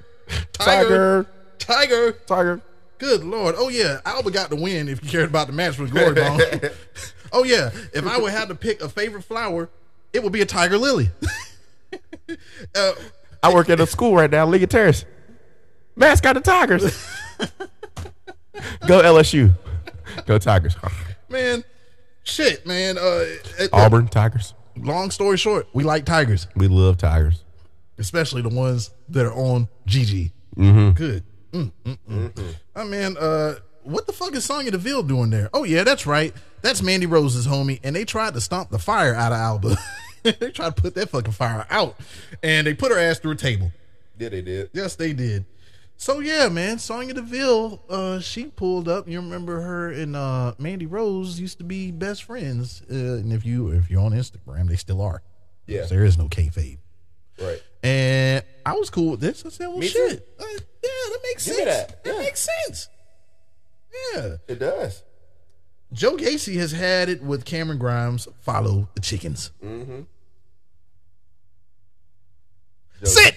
Tiger.
Tiger.
Tiger.
Tiger.
Good lord. Oh yeah, Alba got the win if you cared about the match with Glory Bone. oh yeah, if I would have to pick a favorite flower, it would be a tiger lily.
I work at a school right now, League of Terrace. Mascot the Tigers. Go LSU. Go Tigers.
man, shit, man. Uh, it-
Auburn Tigers.
long story short, we like tigers,
We love Tigers.
especially the ones that are on GG. Good. Mm, mm, mm. I mean, uh, what the fuck is Sonya Deville doing there? Oh yeah, that's right. That's Mandy Rose's homie, and they tried to stomp the fire out of Alba. they tried to put that fucking fire out, and they put her ass through a table.
Yeah, they did.
Yes, they did. So yeah, man, Sonya Deville, uh, she pulled up. You remember her and uh, Mandy Rose used to be best friends. Uh, and if you if you're on Instagram, they still are.
Yeah.
there is no kayfabe.
Right.
And I was cool with this. I said, "Well,
Me
shit, uh, yeah, that makes
Give me
sense.
that.
That,
Yeah.
makes sense." Yeah,
It does.
Joe Gacy has had it with Cameron Grimes. Follow the chickens.
Mm-hmm.
Sit.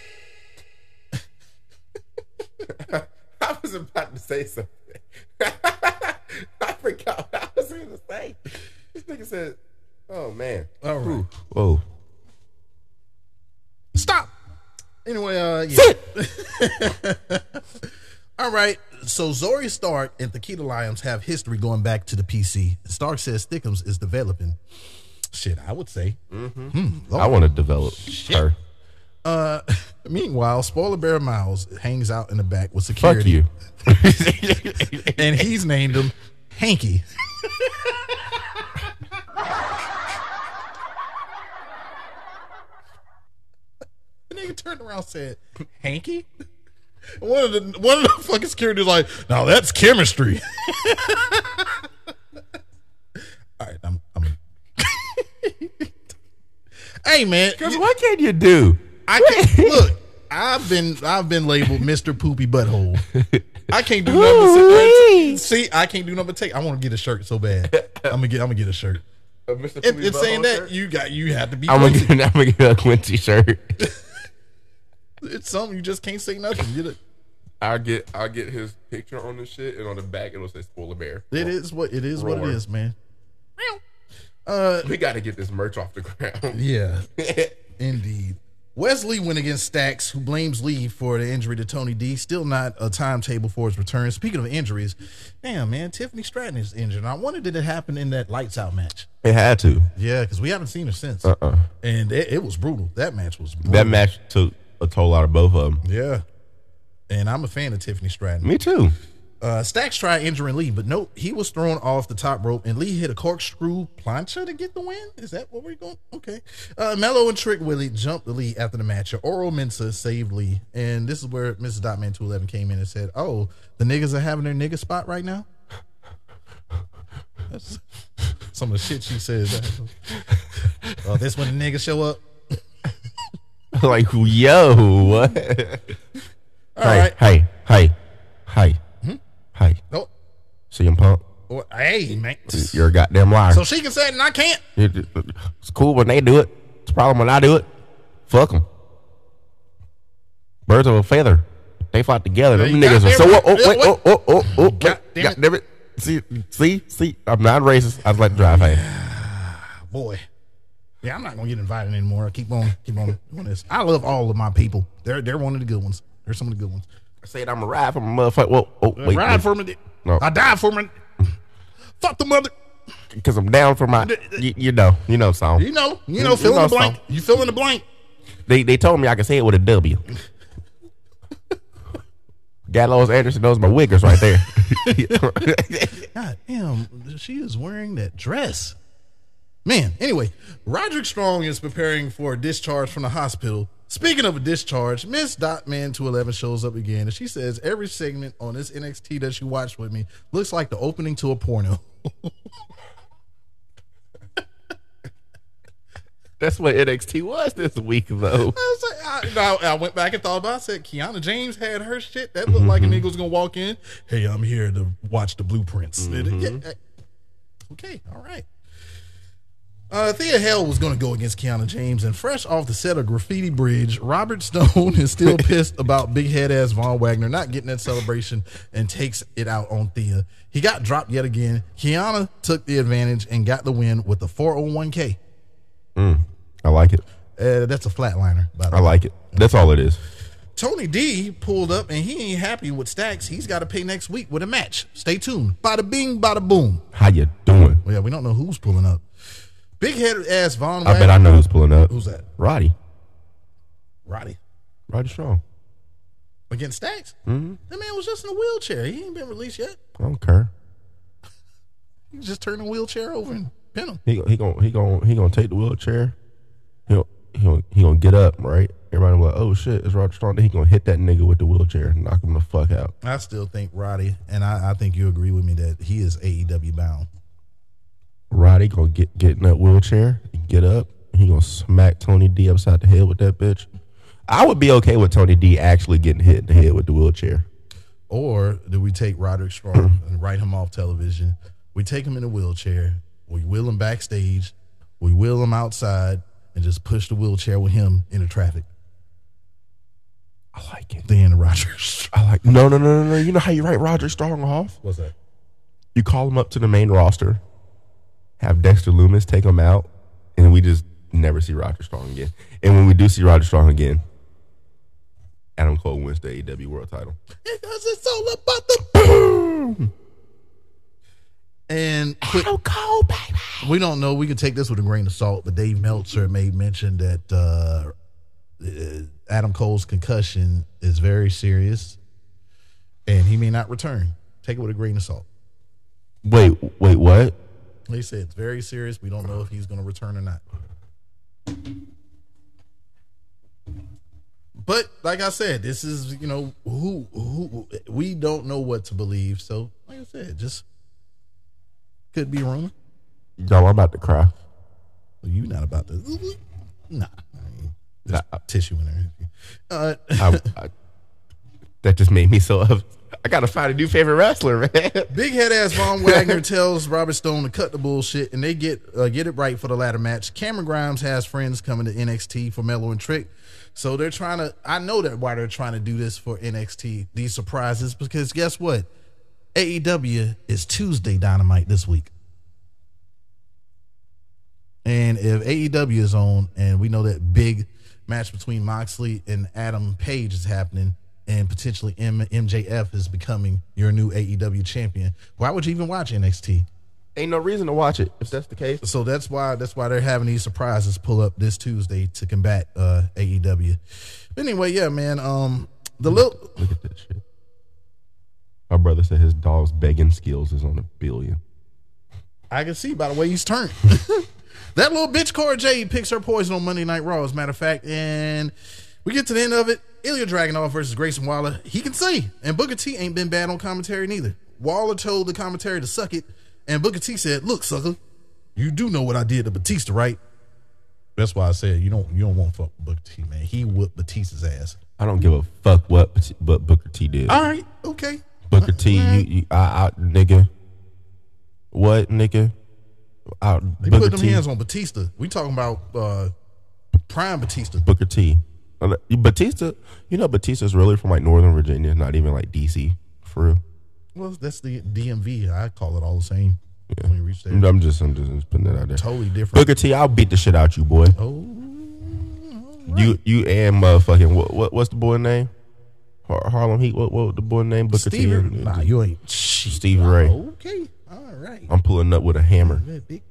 I was about to say something. I forgot what I was going to say. This nigga said, oh, man.
All right.
Whoa.
Stop. Anyway, uh, yeah. All right. So Zori Stark and Tequila Lions have history going back to the PC. Stark says Thickums is developing. Shit, I would say.
I want to develop her.
Uh, meanwhile, Spoiler Bear Miles hangs out in the back with security.
Fuck you.
And he's named him Hanky. the nigga turned around and said, Hanky? One of the one of the fucking security was like, now that's chemistry. All right, I'm, I'm Hey man,
Because what can you do?
I can't look. I've been I've been labeled Mr. Poopy Butthole. I can't do nothing. to sit there and-
Ooh-wee.
See, I can't do nothing. But take. I want to get a shirt so bad. I'm gonna get. I'm gonna get a shirt.
Uh,
If, if saying that, you got you have to be.
I'm going
crazy.
to get a Quincy shirt.
It's something you just can't say nothing. Get it.
I'll get I'll get his picture on the shit, and on the back it'll say spoiler bear.
It is what it is. What
Roar.
it is, man.
We got to get this merch off the ground.
Yeah, indeed. Wesley went against Stacks, who blames Lee for the injury to Tony D. Still not a timetable for his return. Speaking of injuries, damn man, Tiffany Stratton is injured. I wonder did it happen in that lights out match?
It had to.
Yeah, because we haven't seen her since.
Uh-uh.
And it, it was brutal. That match was brutal.
That match took a toll out of both of them.
yeah. And I'm a fan of Tiffany Stratton.
Me too.
Uh, Stacks tried injuring Lee, but nope, he was thrown off the top rope, and Lee hit a corkscrew plancha to get the win. Is that what we're going? Okay. Uh, Mello and Trick Willie jumped Lee after the match. Oro Mensa saved Lee, and this is where Mrs. Dotman two eleven came in and said, "Oh, the niggas are having their nigga spot right now." That's some of the shit she says. oh, this when the niggas show up.
like, yo,
All
what? hey,
right.
hey, hey, hey, hey.
Oh,
CM Punk,
oh, hey man.
you're a goddamn liar.
So she can say it, and I can't.
It- it's cool when they do it. It's a problem when I do it. Fuck them. Birds of a feather. They flock together. Them
Yeah, you
niggas are so.
goddamn
Oh,
right. Yeah,
oh, wait,
wait.
oh, oh, oh, oh. God
Goddamn it.
damn it. See, see, see. I'm not racist. I was like drive hate.
boy. Yeah, I'm not gonna get invited anymore. I keep on, keep on doing this. I love all of my people. They're they're one of the good ones. They're some of the good ones.
I said I'm a ride from a motherfucker. Whoa, oh, wait.
Ride for me.
No.
I die for me. Fuck the mother.
Because I'm down for my. You, you know, you know, song.
You know, you
You-
know,
you
fill in
know
the blank.
something.
You fill in the blank.
They they told me I could say it with a W. Gallows Anderson knows my wiggers right there.
God damn, she is wearing that dress. Man, anyway, Roderick Strong is preparing for a discharge from the hospital. Speaking of a discharge, Miss Dotman 211 shows up again and she says every segment on this NXT that you watched with me looks like the opening to a porno.
That's what NXT was this week, though.
I was like, I, I, I went back and thought about. it. I said, Kiana James had her shit. That looked like a nigga was gonna walk in. Hey, I'm here to watch the blueprints. Yeah, I- okay, all right. Uh, Thea Hale was going to go against Kiana James, and fresh off the set of Graffiti Bridge, Robert Stone is still pissed about big head ass Von Wagner not getting that celebration and takes it out on Thea. He got dropped yet again. Kiana took the advantage and got the win with oh the 401k.
I like it.
Uh, that's a flatliner, by the way.
I like it. That's all it is.
Tony D pulled up and he ain't happy with Stacks. He's got to pay next week with a match. Stay tuned. Bada bing, bada boom.
How you doing?
Well, yeah, we don't know who's pulling up. Big head ass Von.
I bet I know who's pulling up.
Who's that?
Roddy.
Roddy
Roddy Strong.
against Stacks. Mm-hmm. That man was just in a wheelchair. He ain't been released yet.
I don't care.
You just turn the wheelchair over and pin him.
He he gonna he gonna he gonna take the wheelchair. He gonna, he gonna, he gonna get up right. Everybody be like, oh shit, it's Roddy Strong. Then he gonna hit that nigga with the wheelchair, and knock him the fuck out.
I still think Roddy, and I, I think you agree with me that he is AEW bound.
Roddy gonna get get in that wheelchair, get up. and He gonna smack Tony D upside the head with that bitch. I would be okay with Tony D actually getting hit in the head with the wheelchair.
Or do we take Roderick Strong and write him off television? We take him in a wheelchair. We wheel him backstage. We wheel him outside and just push the wheelchair with him into traffic.
I like it.
The end of Roderick Strong.
I like no no no no no. You know how you write Roger Strong off?
What's that?
You call him up to the main roster, have Dexter Loomis take him out, and we just never see Roger Strong again. And when we do see Roger Strong again, Adam Cole wins the AEW World Title.
Because it's all about the boom. And quick,
Cole, baby.
we don't know. We could take this with a grain of salt, but Dave Meltzer made mention that uh, uh, Adam Cole's concussion is very serious and he may not return. Take it with a grain of salt.
Wait, wait, what?
They said it's very serious. We don't know if he's going to return or not. But like I said, this is you know who who we don't know what to believe. So like I said, just could be rumor.
Y'all, I'm about to cry.
Well, you not about to? Nah, I mean, there's
Nah.
tissue in there. Uh,
I, I, that just made me so. up- I gotta find a new favorite wrestler, man.
Big head ass Von Wagner tells Robert Stone to cut the bullshit, and they get uh, get it right for the ladder match. Cameron Grimes has friends coming to NXT for Mello and Trick, so they're trying to. I know that why they're trying to do this for NXT these surprises because guess what, AEW is Tuesday Dynamite this week, E and if AEW is on, and we know that Big match between Moxley and Adam Page is happening, and potentially M- MJF is becoming your new AEW champion. Why would you even watch NXT?
Ain't no reason to watch it if that's the case.
So that's why that's why they're having these surprises pull up this Tuesday to combat uh, AEW. But anyway, yeah, man. Um, the little
Look at that shit. My brother said his dog's begging skills is on a billion.
I can see by the way he's turned. that little bitch Cora Jade picks her poison on Monday Night Raw, as a matter of fact. And we get to the end of it. Ilya Dragunov versus Grayson Waller. He can see. And Booker T ain't been bad on commentary neither. Waller told the commentary to suck it. And Booker T said, Look, sucker, you do know what I did to Batista, right? That's why I said you don't you don't want to fuck with Booker T, man. He whooped Batista's ass.
I don't give a fuck what Pat- but Booker T did.
All right, okay.
Booker T, you, you I, I, nigga. What, nigga? I,
They
Booker
put them
T,
hands on Batista. We talking about uh prime Batista.
Booker T. Uh, Batista, you know Batista's really from like Northern Virginia, not even like DC, for real.
Well, that's the DMV. I call it all the same. When you reach there,
I'm just, I'm just, just putting that out there.
totally different.
Booker T, I'll beat the shit out you, boy.
Oh,
You, you and motherfucking what, what what's the boy name? Har- Harlem Heat. What, what the boy name? Booker T.
Steven, nah, you ain't.
Steve Ray.
Okay, all right.
I'm pulling up with a hammer.
Man, big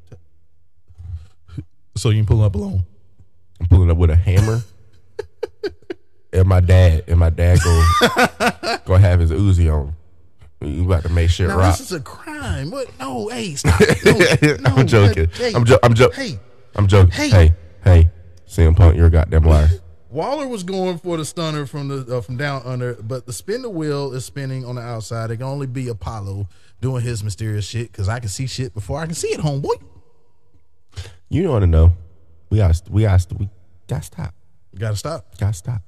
t- So you can pull up alone.
I'm pulling up with a hammer. and my dad, and my dad go go have his Uzi on. You about to make shit
Now
rock.
this is a crime. What? No, hey, stop. No, no,
I'm joking.
hey,
I'm jo- I'm jo-
Hey,
I'm joking.
Hey.
Hey, hey, CM Punk, you're a goddamn liar.
Waller was going for the stunner from the uh, from down under, but the spin the wheel is spinning on the outside. It can only be Apollo doing his mysterious shit because I can see shit before I can see it, homeboy.
You want to know? We got we got we got stop.
Gotta stop.
Got to stop.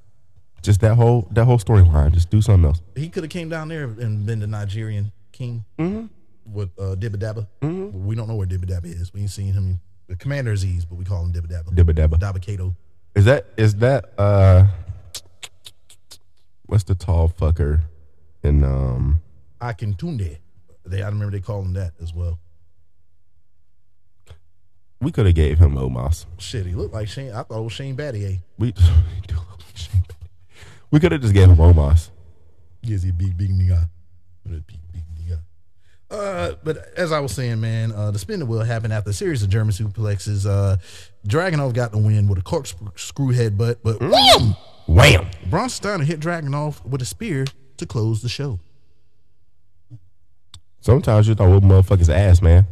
Just that whole that whole storyline. Just do something else.
he could have came down there and been the Nigerian king with uh, Dibba Dabba. We don't know where Dibba Dabba is. We ain't seen him. The commander is Ease, but we call him Dibba Dabba.
Dibba dabba.
Dabba Kato.
Is that is that uh? What's the tall fucker? And um,
Akintunde. They, I remember they called him that as well.
we could have gave him Omos.
Shit, he looked like Shane. I thought it was Shane Battier.
We we could have just gave him Omos.
Yes, he a big, big nigga. What a big, big nigga. Uh, but as I was saying, man, uh, the spinning wheel happened after a series of German suplexes. Uh, Dragonov got the win with a corkscrew screw headbutt, but wham!
Wham!
Braun Steiner hit Dragunov with a spear to close the show.
Sometimes you thought what motherfuckers ass, man.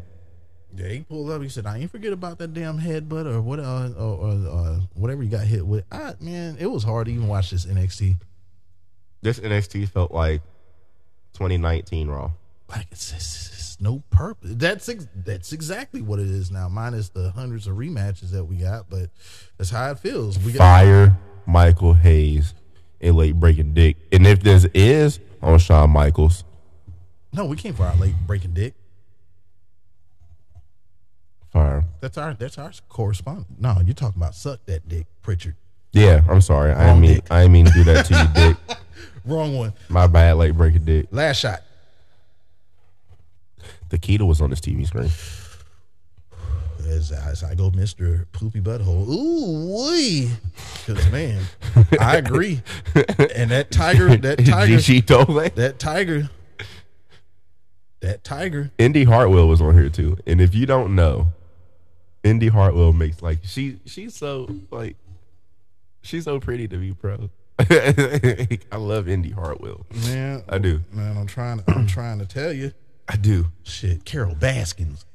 Yeah, he pulled up. He said, "I ain't forget about that damn headbutt or what, uh, or, or uh, whatever you got hit with." I, man, it was hard to even watch this NXT.
This NXT felt like 2019 Raw.
Like it's, it's, it's no purpose. That's ex- that's exactly what it is now, minus the hundreds of rematches that we got. But that's how it feels. We got
Fire Michael Hayes and late breaking dick. And if this is on Shawn Michaels,
no, we can't fire out late breaking dick.
fire.
That's our that's our correspondent. No, you're talking about suck that dick, Pritchard.
Yeah, I'm sorry. I
Wrong
didn't mean
dick.
I didn't mean to do that to you, dick.
Wrong one.
My bad, late breaking dick.
Last shot.
The keto was on this TV screen.
as, as I go, Mister Poopy Butthole. Ooh, wee. Because man, I agree. And that tiger, that tiger,
GG Dole.
that tiger, that tiger.
Indy Hartwell was on here too. And if you don't know, Indy Hartwell makes like she she's so like she's so pretty to be pro. I love Indy Hartwell.
Man,
I do.
man, I'm trying. To, I'm trying to tell you.
I do.
Shit, Carol Baskins.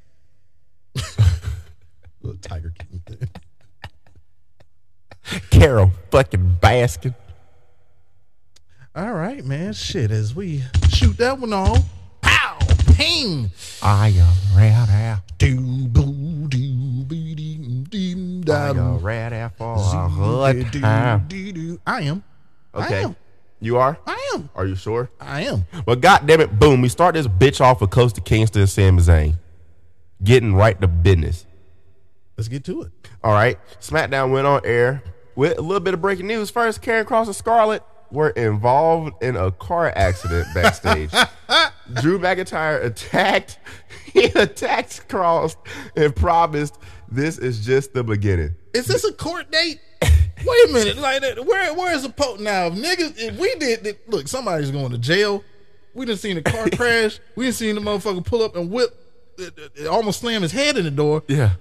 Little Tiger King. thing.
Carol fucking Baskin.
All right, man. Shit, as we shoot that one off. Pow! Ping!
I am red out.
Doo boo doo bee dee dee
I
da.
am red out for a good time.
I am.
Okay.
am.
You are?
I am.
Are you sure?
I am.
Well, goddamn it, boom. We start this bitch off with Costa Kingston and Sami Zayn. Getting right to business.
Let's get to it.
All right. SmackDown went on air with a little bit of breaking news. First, Karen Cross and Scarlett were involved in a car accident backstage. Drew McIntyre attacked. He attacked Cross and promised this is just the beginning.
Is this a court date?
Wait a minute, like that, where where is the pope now? If niggas, if we did, that- look, somebody's going to jail. We didn't seen a car crash. We didn't seen the motherfucker pull up and whip, it, almost slam his head in the door.
Yeah,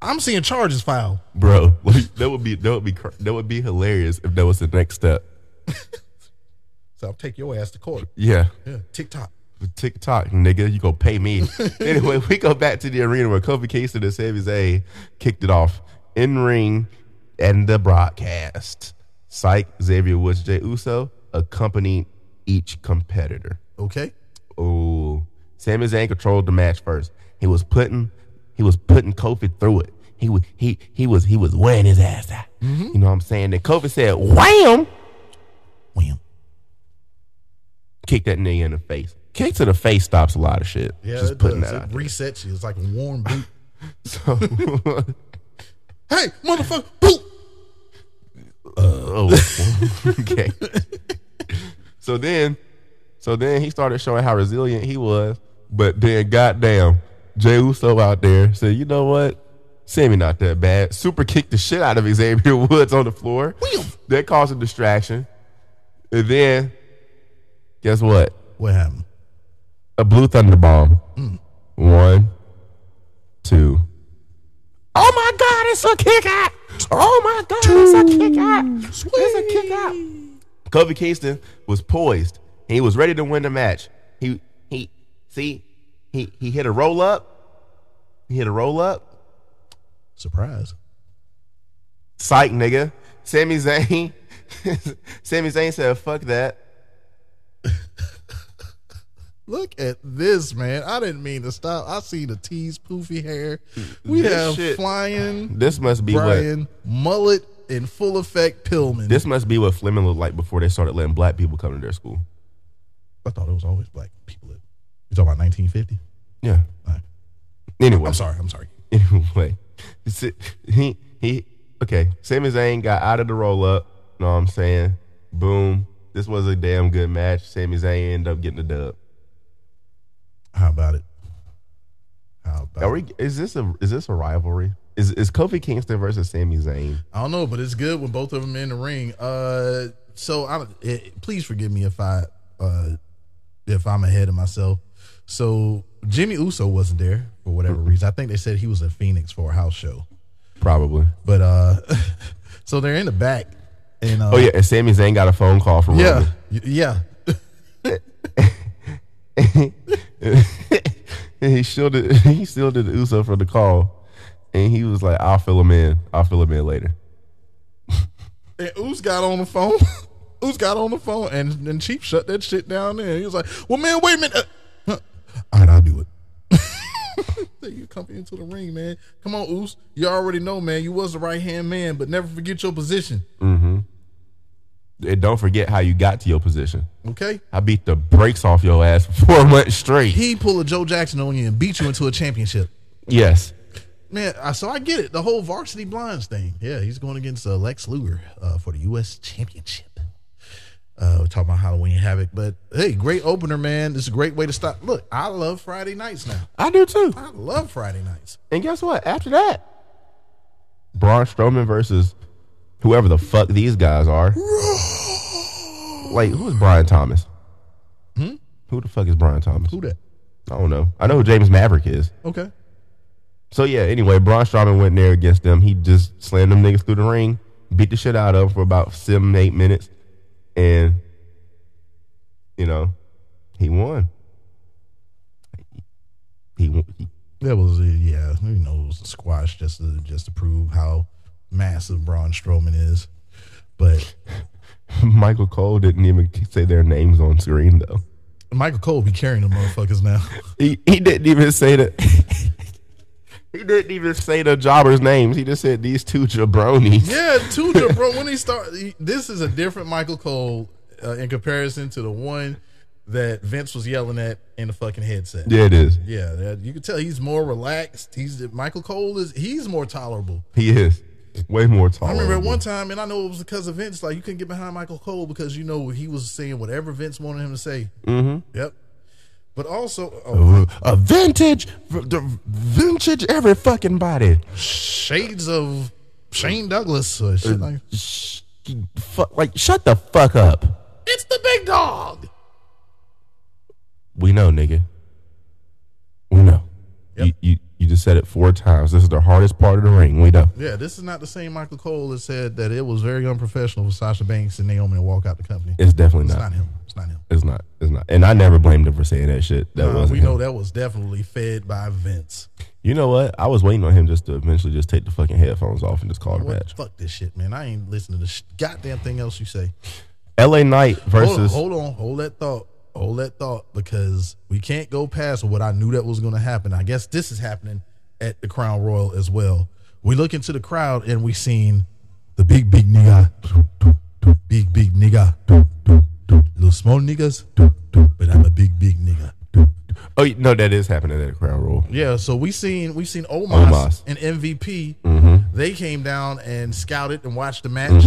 I'm seeing charges filed.
bro, like, that would be that would be cr- that would be hilarious if that was the next step.
So I'll take your ass to court.
Yeah,
Yeah, TikTok.
TikTok, nigga, you gonna pay me. anyway, we go back to the arena where Kofi Kingston and Sami Zayn kicked it off in ring and the broadcast. Psych, Xavier Woods, Jay Uso accompanied each competitor.
Okay.
Oh, Sami Zayn controlled the match first. He was putting, he was putting Kofi through it. He was he he was he was weighing his ass out.
Mm-hmm.
You know what I'm saying? Then Kofi said, "Wham!"
Wham.
Kick that nigga in the face. Kick to the face stops a lot of shit.
Yeah,
just
it
putting
does.
that out.
It resets you. It's like a warm boot.
So,
hey, motherfucker, boot.
oh, okay. so then, so then he started showing how resilient he was. But then, goddamn, Jey Uso out there said, "You know what? Sammy not that bad." Super kicked the shit out of Xavier Woods on the floor. That caused a distraction. And then, guess what?
What happened?
A blue thunder bomb. One, two. Oh my God! It's a kick out. Oh my God! It's a kick out. It's a kick out. Kofi Kingston was poised. He was ready to win the match. He he see he he hit a roll up. He hit a roll up.
Surprise.
Psych nigga. Sami Zayn. Sami Zayn said, "Fuck that."
Look at this, man. I didn't mean to stop. I see the T's poofy hair. We
This
have
shit-
flying
This must be what.
Brian mullet in full effect. Pillman.
This must be what Fleming looked like before they started letting black people come to their school.
I thought it was always black people. You talking about 1950?
Yeah. Anyway,
I'm sorry. I'm sorry.
anyway, it's- he he okay. Sami Zayn got out of the roll up. Know what I'm saying? Boom. This was a damn good match. Sami Zayn ended up getting the dub.
How about it? How about?
Are we? Is this a is this a rivalry? Is is Kofi Kingston versus Sami Zayn?
I don't know, but it's good when both of them in the ring. Uh, so I it, please forgive me if I uh if I'm ahead of myself. So Jimmy Uso wasn't there for whatever reason. I think they said he was in Phoenix for a house show.
Probably.
But uh, so they're in the back, and uh,
Oh yeah, and Sami Zayn got a phone call from
yeah,
Roman.
y- yeah.
and he shielded he shielded Uso from the call, and he was like, "I'll fill him in. I'll fill him in later."
And Oos got on the phone. Oos got on the phone, and and Chief shut that shit down. There, he was like, "Well, man, wait a minute. Uh, huh. All right, I'll do it." So you come into the ring, man. Come on, Oos. You already know, man. You was the right hand man, but never forget your position.
And don't forget how you got to your position.
Okay.
I beat the brakes off your ass for four months straight.
He pulled a Joe Jackson on you and beat you into a championship,
Yes.
man. I, so I get it. The whole varsity blinds thing. Yeah, he's going against uh, Lex Luger uh, for the U.S. Championship. Uh, we're talking about Halloween Havoc, but hey, great opener, man. It's a great way to stop. Look, I love Friday nights now.
I do too.
I love Friday nights.
And guess what? After that, Braun Strowman versus whoever the fuck these guys are. like, who is Brian Thomas? Hmm? Who the fuck is Brian Thomas?
Who that?
I don't know. I know who James Maverick is.
Okay.
So yeah, anyway, Braun Strowman went there against them. He just slammed them niggas through the ring, beat the shit out of them for about seven, eight minutes, and you know, he won. He, he
That was a, yeah, you know, it was a squash just to just to prove how massive Braun Strowman is. But
Michael Cole didn't even say their names on screen though.
Michael Cole be carrying the motherfuckers now.
He he didn't even say the he didn't even say the jobbers' names. He just said these two jabronis.
yeah, Tudor, bro. When he start, he- this is a different Michael Cole uh, in comparison to the one that Vince was yelling at in the fucking headset.
Yeah, it is.
Yeah, that, you can tell he's more relaxed. He's Michael Cole is he's more tolerable.
He is way more
I
tall.
remember at one time, and I know it was because of Vince. Like you couldn't get behind Michael Cole because you know he was saying whatever Vince wanted him to say. Mm-hmm. Yep. But also, oh,
a vintage, the vintage every fucking body.
shades of Shane Douglas or shit like
Sh- fuck, like, shut the fuck up.
It's the big dog.
We know, nigga. We know. You, you you just said it four times. This is the hardest part of the ring. We know.
Yeah, this is not the same Michael Cole that said that it was very unprofessional for Sasha Banks and Naomi to walk out the company.
It's definitely
It's
not.
not him. It's not him.
It's not. It's not. And I never blamed him for saying that shit. That
Uh,
wasn't.
we
him.
know that was definitely fed by Vince.
You know what? I was waiting on him just to eventually just take the fucking headphones off and just call it a
What
match.
fuck this shit, man. I ain't listening to sh- goddamn thing else you say.
L.A. Knight
Hold on,
versus
hold on, hold that thought. Hold that thought because we can't go past what I knew that was going to happen. I guess this is happening at the Crown Royal as well. We look into the crowd and we seen the big big nigga, big big nigga, little small niggas, but I'm a big big nigga.
Oh no, that is happening at the Crown Royal.
Yeah, so we seen we seen Omos,
Omos.
and MVP. They came down and scouted and watched the match,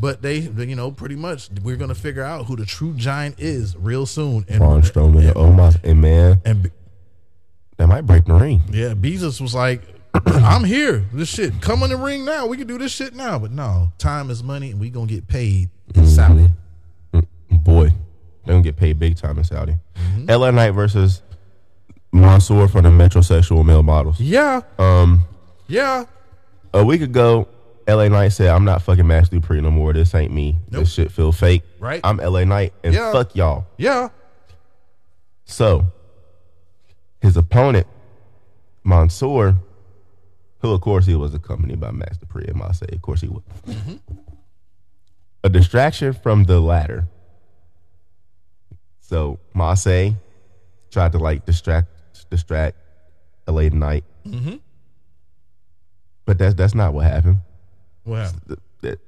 but they, they, you know, pretty much we're gonna figure out who the true giant is real soon. And
Braun Strowman and Omos, and man,
and B-
that might break the ring.
yeah, Beezus was like, "I'm here. This shit. Come in the ring now. We can do this shit now." But no, time is money, and we gonna get paid in Saudi.
Boy, they gonna get paid big time in Saudi.
Mm-hmm.
L.A. Knight versus Mansoor from the metrosexual male models.
Yeah,
Um,
yeah.
a week ago, L.A. Knight said, "I'm not fucking Max Dupree no more. This ain't me. This shit feel fake.
Right.
I'm L.A. Knight, and
Yeah.
fuck y'all."
Yeah.
So, his opponent, Mansoor, who of course he was accompanied by Max Dupree and Masse, of course he was. A distraction from the latter. So Masse tried to like distract distract LA Knight. But that's that's not what happened.
What happened?
Th- that-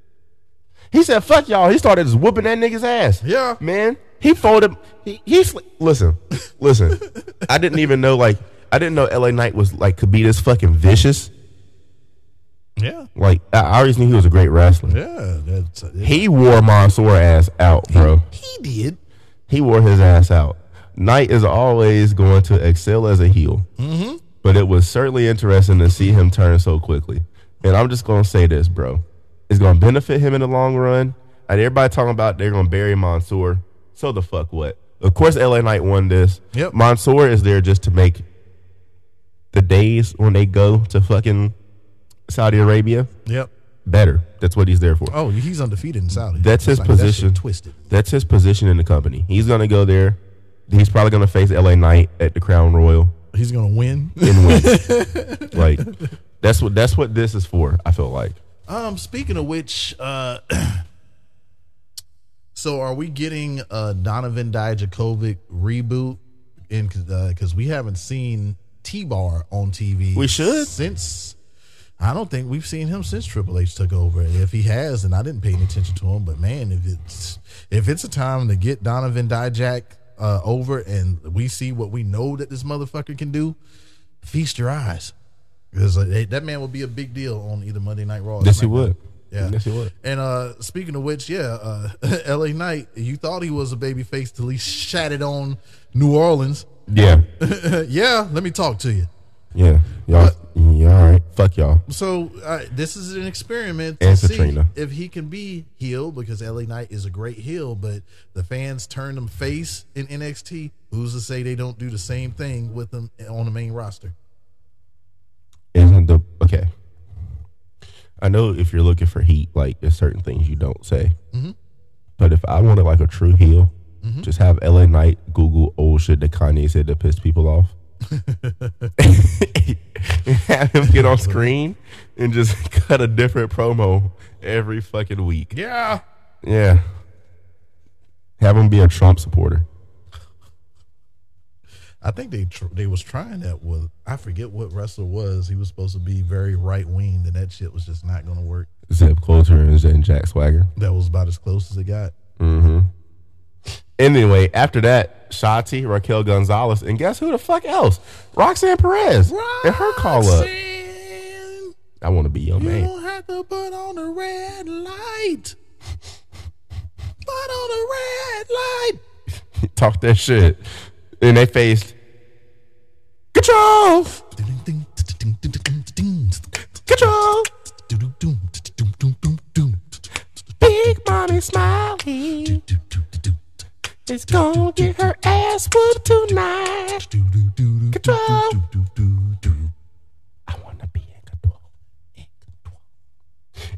He said, "Fuck y'all." He started just whooping that nigga's ass.
Yeah.
man. He folded. He, he sli- listen, listen. I didn't even know like I didn't know L.A. Knight was like could be this fucking vicious.
Yeah,
Like I, I always knew he was a great wrestler.
yeah. That's
He wore Mansoor ass out, bro.
he did.
He wore his ass out. Knight is always going to excel as a heel, mm-hmm. but it was certainly interesting to see him turn so quickly. And I'm just gonna say this, bro, it's gonna benefit him in the long run. And everybody talking about they're gonna bury Mansoor. So the fuck what? Of course, LA Knight won this.
Yep.
Mansoor is there just to make the days when they go to fucking Saudi Arabia
Yep.
better. That's what he's there for.
Oh, he's undefeated in Saudi.
That's his
Like, that shit
position.
twisted.
That's his position in the company. He's gonna go there. He's probably gonna face LA Knight at the Crown Royal
He's gonna win.
and win. like that's what that's what this is for. I feel like
Um, speaking of which, uh, so are we getting a Donovan Dijakovic reboot? In because we haven't seen T Bar on TV.
We should.
since. I don't think we've seen him since Triple H took over. If he has, and I didn't pay any attention to him, but man, if it's if it's a time to get Donovan Dijak uh, over, and we see what we know that this motherfucker can do, feast your eyes. Because that man would be a big deal on either Monday Night Raw. or
yes, he
SmackDown.
would.
Yeah.
yes, he would.
And uh, speaking of which, yeah, uh, L.A. Knight, you thought he was a baby face till he shat it on New Orleans.
Yeah,
yeah, let me talk to you.
yeah. Y'all, yeah. All right. Fuck y'all.
So uh, this is an experiment to
And
see
Katrina.
if he can be heel because L.A. Knight is a great heel, but the fans turned him face in NXT. Who's to say they don't do the same thing with him on the main roster?
Isn't the okay? I know if you're looking for heat, like there's certain things you don't say. But if I wanted like a true heel, just have LA Knight Google old shit that Kanye said that pissed people off. have him get on screen and just cut a different promo every fucking week.
Yeah.
Yeah. Have him be a Trump supporter.
I think they tr- they was trying that with I forget what wrestler was. He was supposed to be very right winged, and that shit was just not going to work.
Zeb Coulter and and Jack Swagger.
That was about as close as it got.
Anyway, after that, Shotty, Raquel Gonzalez, and guess who the fuck else? Roxanne Perez. And her call up.
Roxanne,
I want to be your
You
man.
don't have to put on the red light. put on the red light.
Talk that shit. And they faced Control. Control.
Smiley, Smiley is gonna get her ass whooped tonight. Control.
I want to be in control. In control.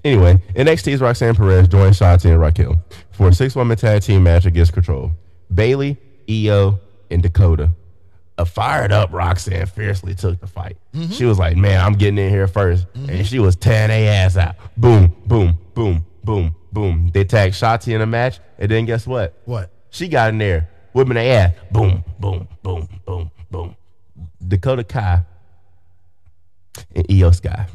Anyway, NXT's Roxanne Perez joined Shotzi and Raquel for a six-woman tag team match against Control, Bailey, Io, and Dakota. A fired up Roxanne fiercely took the fight. She was like, "Man, I'm getting in here 1st and she was tearing their ass out. Boom, boom, boom, boom, boom. They tagged Shotzi in the match, and then guess what?
What?
She got in there, whipping their ass. Boom, boom, boom, boom, boom. Dakota Kai and EO Sky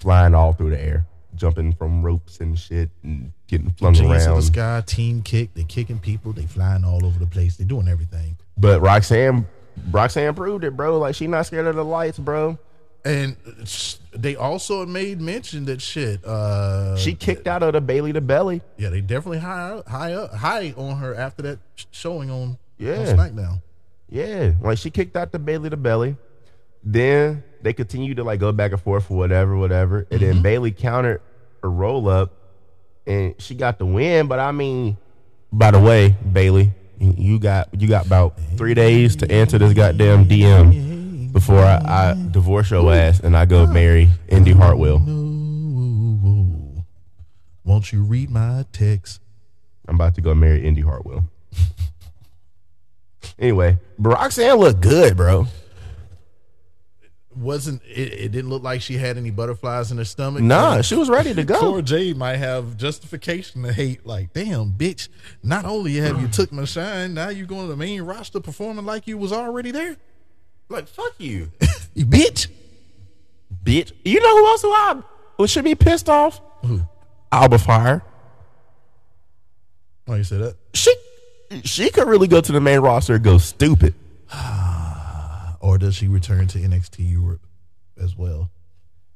flying all through the air, jumping from ropes and shit, and getting flung
Jeans in the
around.
sky, team kick. They kicking people. They flying all over the place. They doing everything.
But Roxanne, Roxanne proved it, bro. Like she not scared of the lights, bro.
And sh- they also made mention that shit. Uh,
She kicked out of the Bailey to belly.
yeah, they definitely high, high up, high on her after that sh- showing on, on
Yeah.
SmackDown.
Yeah, like she kicked out the Bailey to Belly. Then they continued to like go back and forth for whatever, whatever. And then Bailey countered a roll up, and she got the win. But I mean, by the way, Bailey, you got you got about three days to answer this goddamn DM before I, I divorce your ass and I go marry Indy Hartwell.
Ooh, won't you read my text?
I'm about to go marry Indy Hartwell. anyway, Roxanne looked good, bro.
Wasn't it, it? Didn't look like she had any butterflies in her stomach.
Nah, she was ready to go.
Cora Jade might have justification to hate. Like, damn, bitch! Not only have you took my shine, now you going to the main roster performing like you was already there.
Like fuck you.
You bitch.
bitch. You know who else who I who should be pissed off? Who? Alba Fire.
Oh, you said that.
She she could really go to the main roster and go stupid.
Or does she return to NXT Europe as well?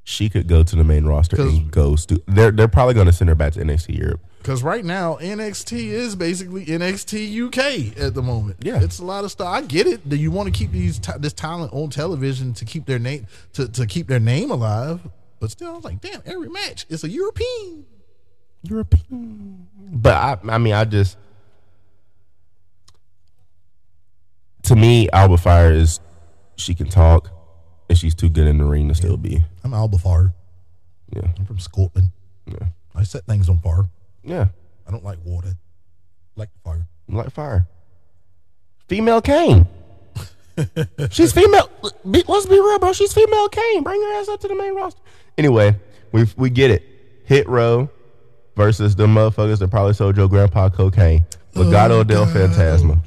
She could go to the main roster and go stupid. They're they're probably gonna send her back to NXT Europe.
Because right now NXT is basically NXT UK at the moment.
Yeah.
it's a lot of stuff. I get it. Do you want to keep these ta- this talent on television to keep their name to, to keep their name alive? But still, I was like, damn, every match is a European.
European. But I I mean I just to me Alba Fire is she can talk and she's too good in the ring to still be.
I'm Albafar.
Yeah.
I'm from Scotland.
Yeah.
I set things on fire.
Yeah.
I don't like water. I like fire.
like fire. Female Kane. she's female. Be- Let's be real, bro. She's female Kane. Bring her ass up to the main roster. Anyway, we we get it. Hit row versus the motherfuckers that probably sold your grandpa cocaine. Legado del Fantasma.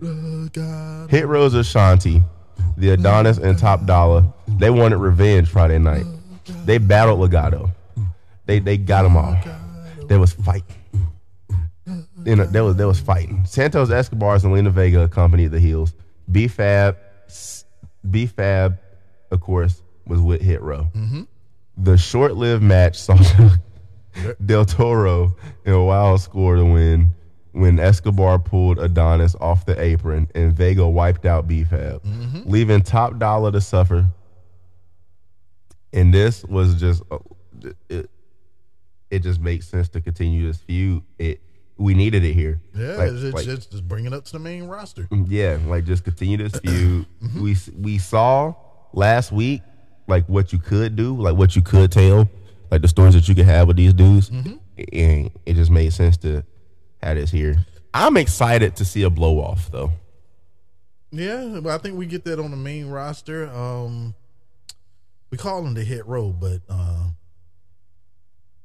Hit Rose Ashanti, the Adonis and Top Dollar. They wanted revenge Friday night. They battled Legato. They they got them all. They was fighting you know, there was there was fighting. Santos Escobar and Lena Vega accompanied the heels. B Fab, B Fab, of course, was with Hit Row.
Mm-hmm.
The short-lived match saw Del Toro and Wild score to win when Escobar pulled Adonis off the apron and Vega wiped out B Fab,
Mm-hmm.
leaving Top Dollar to suffer. And this was just. uh, It, it just makes sense to continue this feud. It we needed it here.
Yeah,
Like-
it's, it's,
like-
it's just bring it up to the main roster.
yeah, like just continue this feud. We we saw last week like what you could do, like what you could tell, like the stories that you could have with these dudes, and it just made sense to have this here. I'm excited to see a blow off though.
Yeah, but I think we get that on the main roster. Um, we call them the hit row, but uh,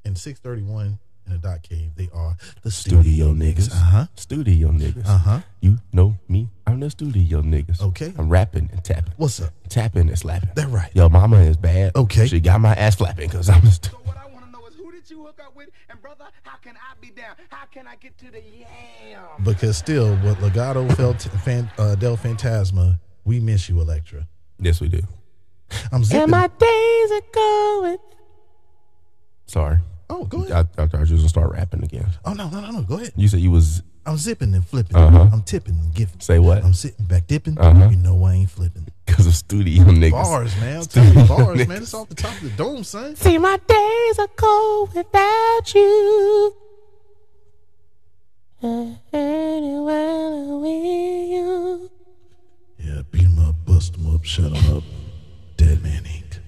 in 631 in the dot cave, they are the studio niggas. Uh
Uh-huh.
huh.
Studio niggas,
Uh huh.
you know me. I'm the studio niggas.
Okay.
I'm rapping and tapping,
What's up?
tapping and slapping.
That right.
Yo, mama is bad.
Okay.
she got my ass flapping because I'm. the stu-
What I want to know is who did you hook up with, and brother, how can I be down? How can I get to the yam?
Because still, what Legato felt fan, uh, Del Fantasma, we miss you, Electra.
yes, we do.
I'm zipping.
And my days are going.
Sorry.
oh, go ahead.
I, I thought you was gonna start rapping again.
Oh no, no, no, no. Go ahead.
You said you was
I'm zipping and flipping.
Uh-huh.
I'm tipping and gifting.
Say what?
I'm sitting back dipping.
Uh-huh.
You know I ain't flipping.
Because of studio niggas.
Bars, man. I'm telling you, bars, man. It's off the top of the dome, son.
See, my days are cold without you. Uh, I hurt it when I'm with you.
Yeah, beat him up, bust him up, shut him up.
Dead Man Inc.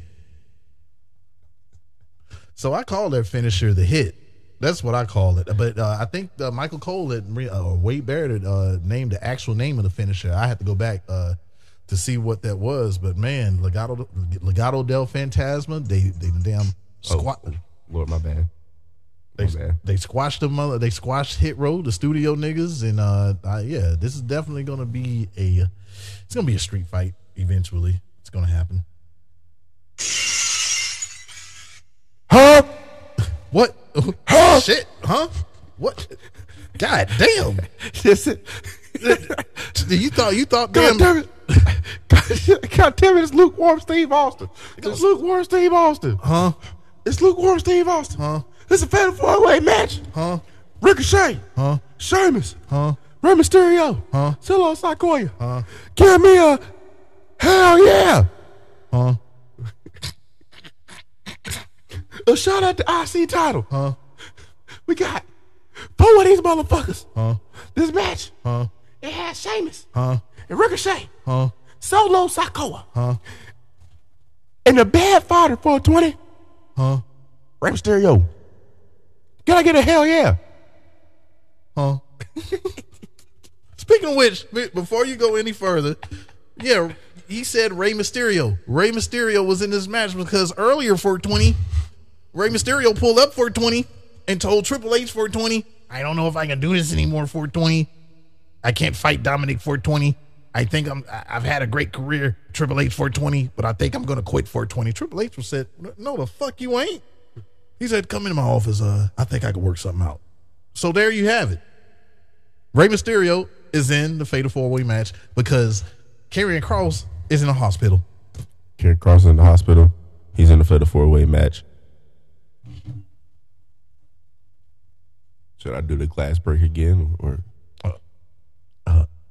So I call their finisher the hit. That's what I call it. But uh, I think uh, Michael Cole and Re- uh, Wade Barrett had, uh, named the actual name of the finisher. I had to go back uh, to see what that was. But man, Legado, Legado del Fantasma, they they damn
Oh.
squat.
Lord, my bad.
They,
My bad.
they squashed the mother. They squashed Hit Row, the studio niggas, and uh, I, yeah, this is definitely gonna be a. It's gonna be a street fight eventually. It's gonna happen. Huh? What? Huh? Shit? Huh? What? God damn!
Yes, it.
You thought you thought damn?
God damn it. God damn it. It's lukewarm Steve Austin. It's lukewarm Steve Austin.
Huh?
It's lukewarm Steve Austin.
Huh?
It's a fatal four way match.
Huh?
Ricochet.
Huh?
Sheamus.
Huh?
Rey Mysterio.
Huh?
Solo Sikoya.
Huh?
Give me a hell yeah.
Huh?
A shout out to IC title.
Huh?
We got four of these motherfuckers.
Huh?
This match.
Huh?
It has Sheamus
Huh?
and Ricochet.
Huh?
Solo Sikoa.
Huh?
And a bad fighter for 20.
Huh?
Rey Mysterio. Can I get a hell yeah?
Huh? Speaking of which, be- before you go any further, yeah, he said Rey Mysterio. Rey Mysterio was in this match because earlier for 20, Rey Mysterio pulled up for 20 and told Triple H for 20, I don't know if I can do this anymore for 20. I can't fight Dominic 420. I think I'm I- I've had a great career, Triple H 420, but I think I'm gonna quit 420. Triple H was said, No the fuck you ain't. He said, Come into my office, uh, I think I can work something out. So there you have it. Rey Mysterio is in the fatal four way match because Karrion Cross is in a hospital.
Karen Carson in the hospital. He's in the fatal four way match. Should I do the glass break again or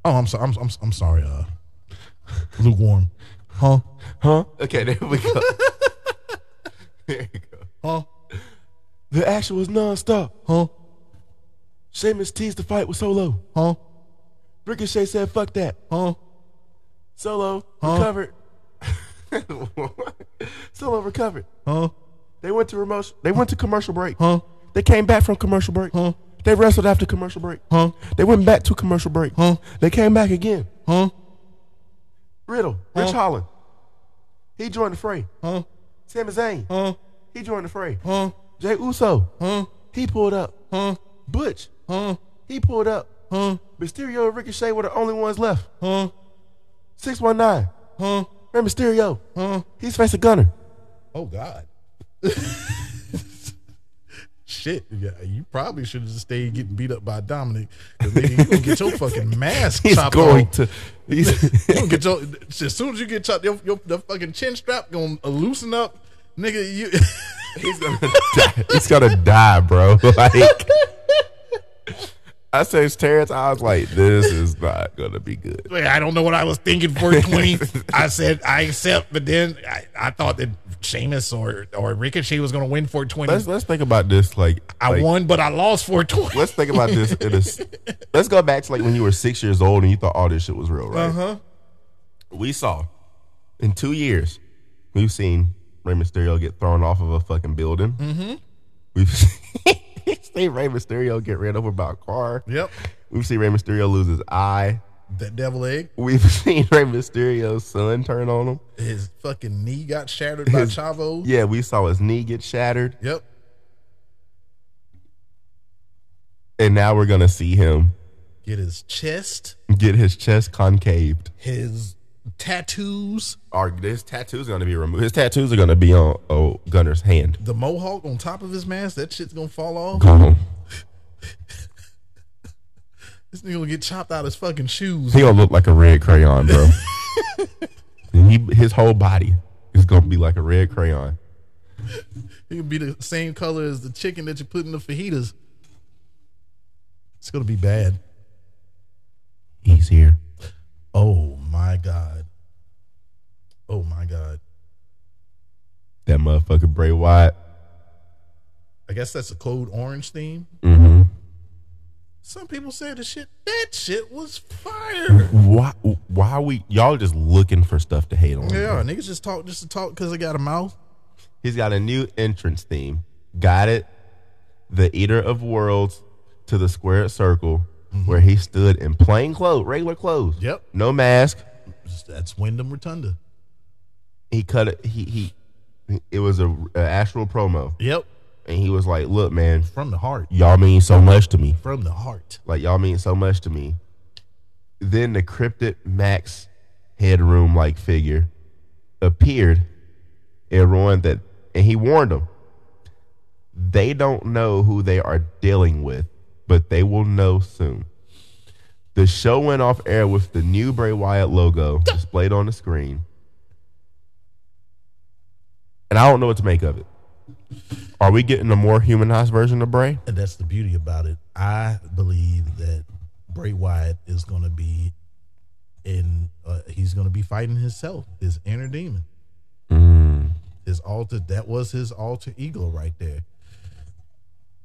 Oh, I'm sorry. I'm, I'm, I'm sorry. Uh, lukewarm. Huh?
Huh? Okay, there we go. there you go.
Huh?
The action was nonstop.
Huh?
Sheamus teased the fight with Solo.
Huh?
Ricochet said, fuck that.
Huh?
Solo
Huh?
recovered. Solo recovered.
Huh?
They went to remote, they went to commercial break.
Huh?
They came back from commercial break.
Huh?
They wrestled after commercial break.
Huh?
They went back to commercial break.
Huh?
They came back again.
Huh?
Riddle, Rich
Huh?
Holland. He joined the fray.
Huh?
Sami Zayn,
Huh?
he joined the fray.
Huh?
Jay Uso,
Huh?
he pulled up.
Huh?
Butch,
Huh?
he pulled up.
Huh?
Mysterio and Ricochet were the only ones left.
Huh?
619,
Huh?
Rey Mysterio.
Huh?
He's facing Gunner.
Oh God. Shit, yeah, you probably should have just stayed getting beat up by Dominic. 'cause nigga, you gonna get your fucking mask chopped off.
to.
you gonna get your as soon as you get chopped, your, your the fucking chin strap gonna loosen up, nigga. You
he's gonna die. He's gonna die, bro. Like I said, Terrence, I was like, this is not gonna be good.
Wait, I don't know what I was thinking for twenty. I said I accept, but then I, I thought that Sheamus or or Ricochet was gonna win for twenty.
Let's let's think about this. Like
I
like,
won, but I lost for twenty.
Let's think about this. In a, s- let's go back to like when you were six years old and you thought all this shit was real, right?
huh.
We saw in two years, we've seen Rey Mysterio get thrown off of a fucking building. Mm-hmm. We've seen Rey Mysterio get ran over by a car.
Yep.
We've seen Rey Mysterio lose his eye.
That devil egg,
We've seen Rey Mysterio's son turn on him.
his fucking knee got shattered by
His-
Chavo.
Yeah, we saw his knee get shattered,
Yep.
and now we're gonna see him
Get his chest,
get his chest concaved.
his tattoos,
Our his tattoos are gonna be removed. His tattoos are gonna be on oh, Gunner's hand.
the mohawk on top of his mask. That shit's gonna fall off.
Gone.
This nigga gonna get chopped out his fucking shoes.
He gonna look like a red crayon, bro. and he, his whole body is gonna be like a red crayon.
It could be the same color as the chicken that you put in the fajitas. It's gonna be bad.
easier.
Oh my god. Oh my god.
That motherfucker Bray Wyatt.
I guess that's a code orange theme.
Mm-hmm.
Some people said the shit that shit was fire.
Why? Why are we? Y'all just looking for stuff to hate on.
Yeah, niggas just talk just to talk because they got a mouth.
He's got a new entrance theme. Got it? The Eater of Worlds to the squared circle where he stood in plain clothes, regular clothes.
Mm-hmm. Yep.
No mask.
That's Wyndham Rotunda.
He cut it. He, he, it was a, a astral promo.
Yep.
And he was like, look, man,
From the heart.
y'all mean so much to me.
From the heart.
Like, y'all mean so much to me. Then the cryptid Max headroom like figure appeared and ruined that. And he warned them they don't know who they are dealing with, but they will know soon. The show went off air with the new Bray Wyatt logo displayed on the screen. And I don't know what to make of it. Are we getting a more humanized version of Bray?
And that's the beauty about it. I believe that Bray Wyatt is going to be in, uh, he's going to be fighting himself, his inner demon. His alter, that was his alter ego right there.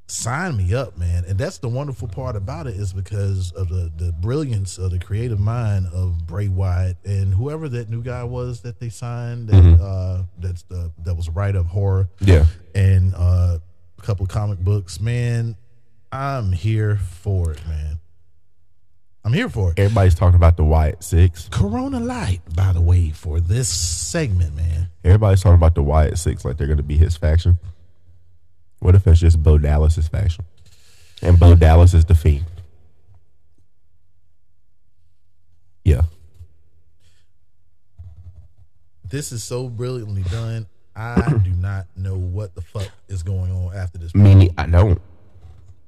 Sign me up, man. And that's the wonderful part about it is because of the, the brilliance of the creative mind of Bray Wyatt and whoever that new guy was that they signed that, uh, that's the, that was a writer of horror
Yeah.
and uh, a couple of comic books. Man, I'm here for it, man. I'm here for it.
Everybody's talking about the Wyatt Six.
Corona Light, by the way, for this segment, man.
Everybody's talking about the Wyatt Six like they're going to be his faction. What if it's just Bo Dallas's faction? And Bo Dallas is the Fiend. Yeah.
This is so brilliantly done. I do not know what the fuck is going on after this.
Meaning, I don't.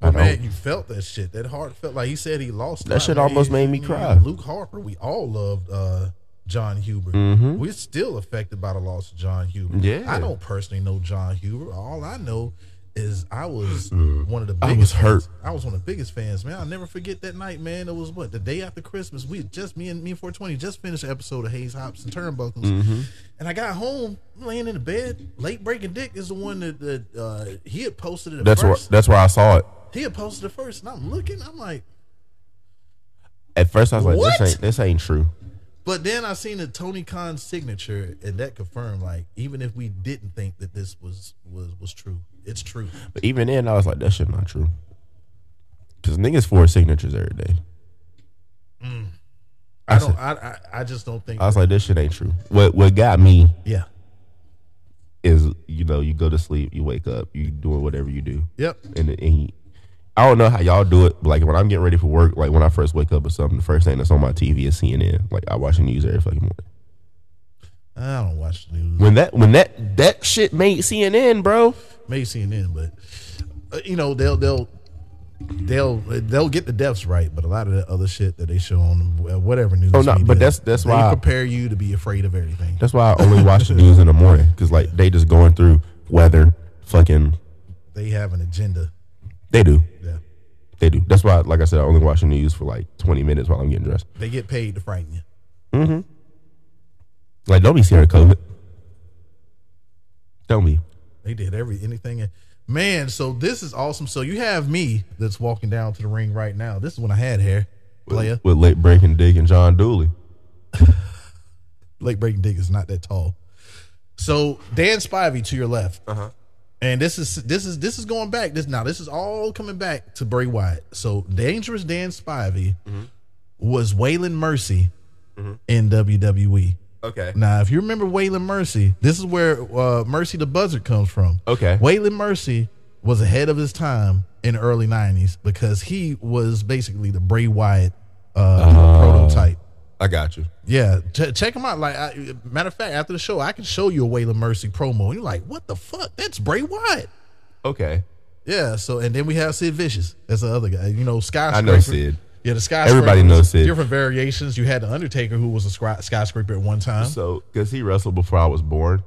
I
But man,
don't.
you felt that shit. That heart felt like he said he lost.
That
it.
shit
Man,
almost made me cry.
Luke Harper. We all loved uh, John Huber. We're still affected by the loss of John Huber.
Mm-hmm. Yeah.
I don't personally know John Huber. All I know is I was one of the
Mm. I
biggest
was hurt.
fans. I was one of the biggest fans, man. I'll never forget that night, man. It was what the day after Christmas. We had just me and me and 420 just finished an episode of Hayes Hops and Turnbuckles,
Mm-hmm.
and I got home I'm laying in the bed. Late breaking dick is the one that, that uh, he had posted it.
That's where,
first
that's where I saw it.
he had posted it first, and I'm looking. I'm like,
At first, I was like,
What?
this ain't, this ain't true.
but then I seen the Tony Khan signature, and that confirmed, like, even if we didn't think that this was was was true, it's true.
But even then, I was like, that shit not true. Because niggas forge signatures every day.
Mm. I don't. I I, I just don't think.
I was like, this shit ain't true. What, what got me
yeah.
is, you know, you go to sleep, you wake up, you doing whatever you do.
Yep.
and, and I don't know how y'all do it. But like when I'm getting ready for work, like when I first wake up or something, the first thing that's on my TV is CNN. Like I watch the news every fucking morning.
I don't watch the news.
When that when that that shit made CNN, bro.
Maybe CNN, but uh, you know they'll they'll they'll they'll get the deaths right, but a lot of the other shit that they show on uh, whatever news.
Oh, no,
media,
but that's- that's
they
why I-
prepare you to be afraid of everything.
That's why I only watch the news in the morning because like they just going through weather, fucking.
They have an agenda.
They do,
Yeah,
they do. That's why, like I said, I only watch the news for like 20 minutes while I'm getting dressed.
they get paid to frighten you.
Like don't be scared of COVID. Don't be.
They did every anything. Man, so this is awesome. So you have me that's walking down to the ring right now. This is when I had hair. Player.
With late breaking Dick and John Dooley.
Late breaking dick is not that tall. So Dan Spivey to your left. Uh-huh. And this is this is this is going back. This now this is all coming back to Bray Wyatt. So dangerous Dan Spivey was Waylon Mercy in E. WWE.
Okay.
Now, if you remember Waylon Mercy, this is where uh, Mercy the Buzzard comes from.
Okay.
Waylon Mercy was ahead of his time in the early 90s because he was basically the Bray Wyatt uh,
Oh.
prototype.
I got you.
Yeah, ch- check him out. Like, I, matter of fact, after the show, I can show you a Waylon Mercy promo. And you're like, what the fuck? That's Bray Wyatt.
Okay.
Yeah. So, and then we have Sid Vicious. That's the other guy. You know, skyscraper.
know Sid.
Yeah, the skyscraper.
Everybody knows Sid.
Different variations. You had the Undertaker, who was a scry- skyscraper at one time.
So, because he wrestled before I was born,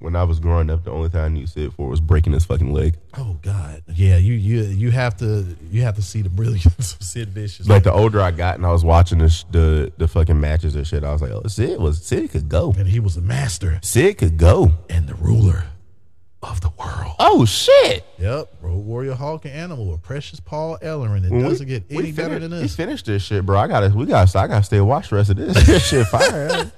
when I was growing up, the only thing I knew Sid for was breaking his fucking leg.
Oh God, yeah. You you you have to you have to see the brilliance of Sid Vicious.
Like the older I got, and I was watching the sh- the, the fucking matches and shit, I was like, oh, Sid was Sid could go.
and he was a master
Sid could go.
and the ruler of the world.
Oh shit!
Yep, Road Warrior Hawk and Animal, with Precious Paul Ellerin. It
When
doesn't get any
finished-
better than
We
this.
finished this shit, bro. I gotta, we gotta, I gotta stay and watch the rest of this. this shit fire.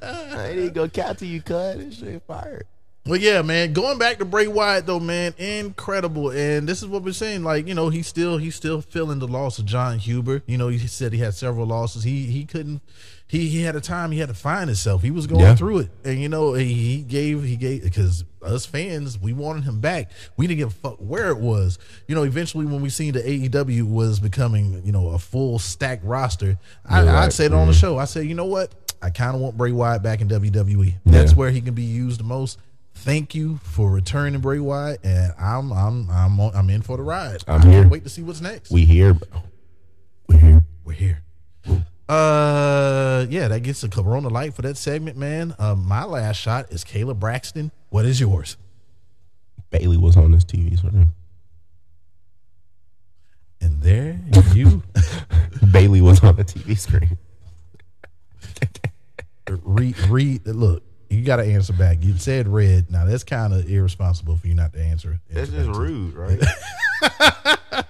I ain't even gonna count to you, cuz. This shit fire.
But yeah, man, going back to Bray Wyatt though, man, incredible. And this is what we're saying. Like, you know, he's still he's still feeling the loss of John Huber. You know, he said he had several losses. He he couldn't he he had a time he had to find himself. He was going
Yeah.
through it. And you know, he, he gave he gave because us fans, we wanted him back. We didn't give a fuck where it was. You know, eventually when we seen the AEW was becoming, you know, a full stack roster, I,
Yeah,
I
right.
said it on the show, I said, you know what? I kind of want Bray Wyatt back in WWE. That's
Yeah.
where he can be used the most. Thank you for returning Bray Wyatt, and I'm I'm I'm on, I'm in for the ride.
I'm
I can't
here.
Wait to see what's next.
We here, bro. We here.
We're here. Uh, yeah, that gets the Corona light for that segment, man. Uh, my last shot is Caleb Braxton. What is yours?
Bailey was on this TV. Sorry.
And there you
Bailey was on the TV screen.
read read. Look, you got to answer back. You said red. Now that's kind of irresponsible for you not to answer.
That's
answer
just
back to-
rude, right?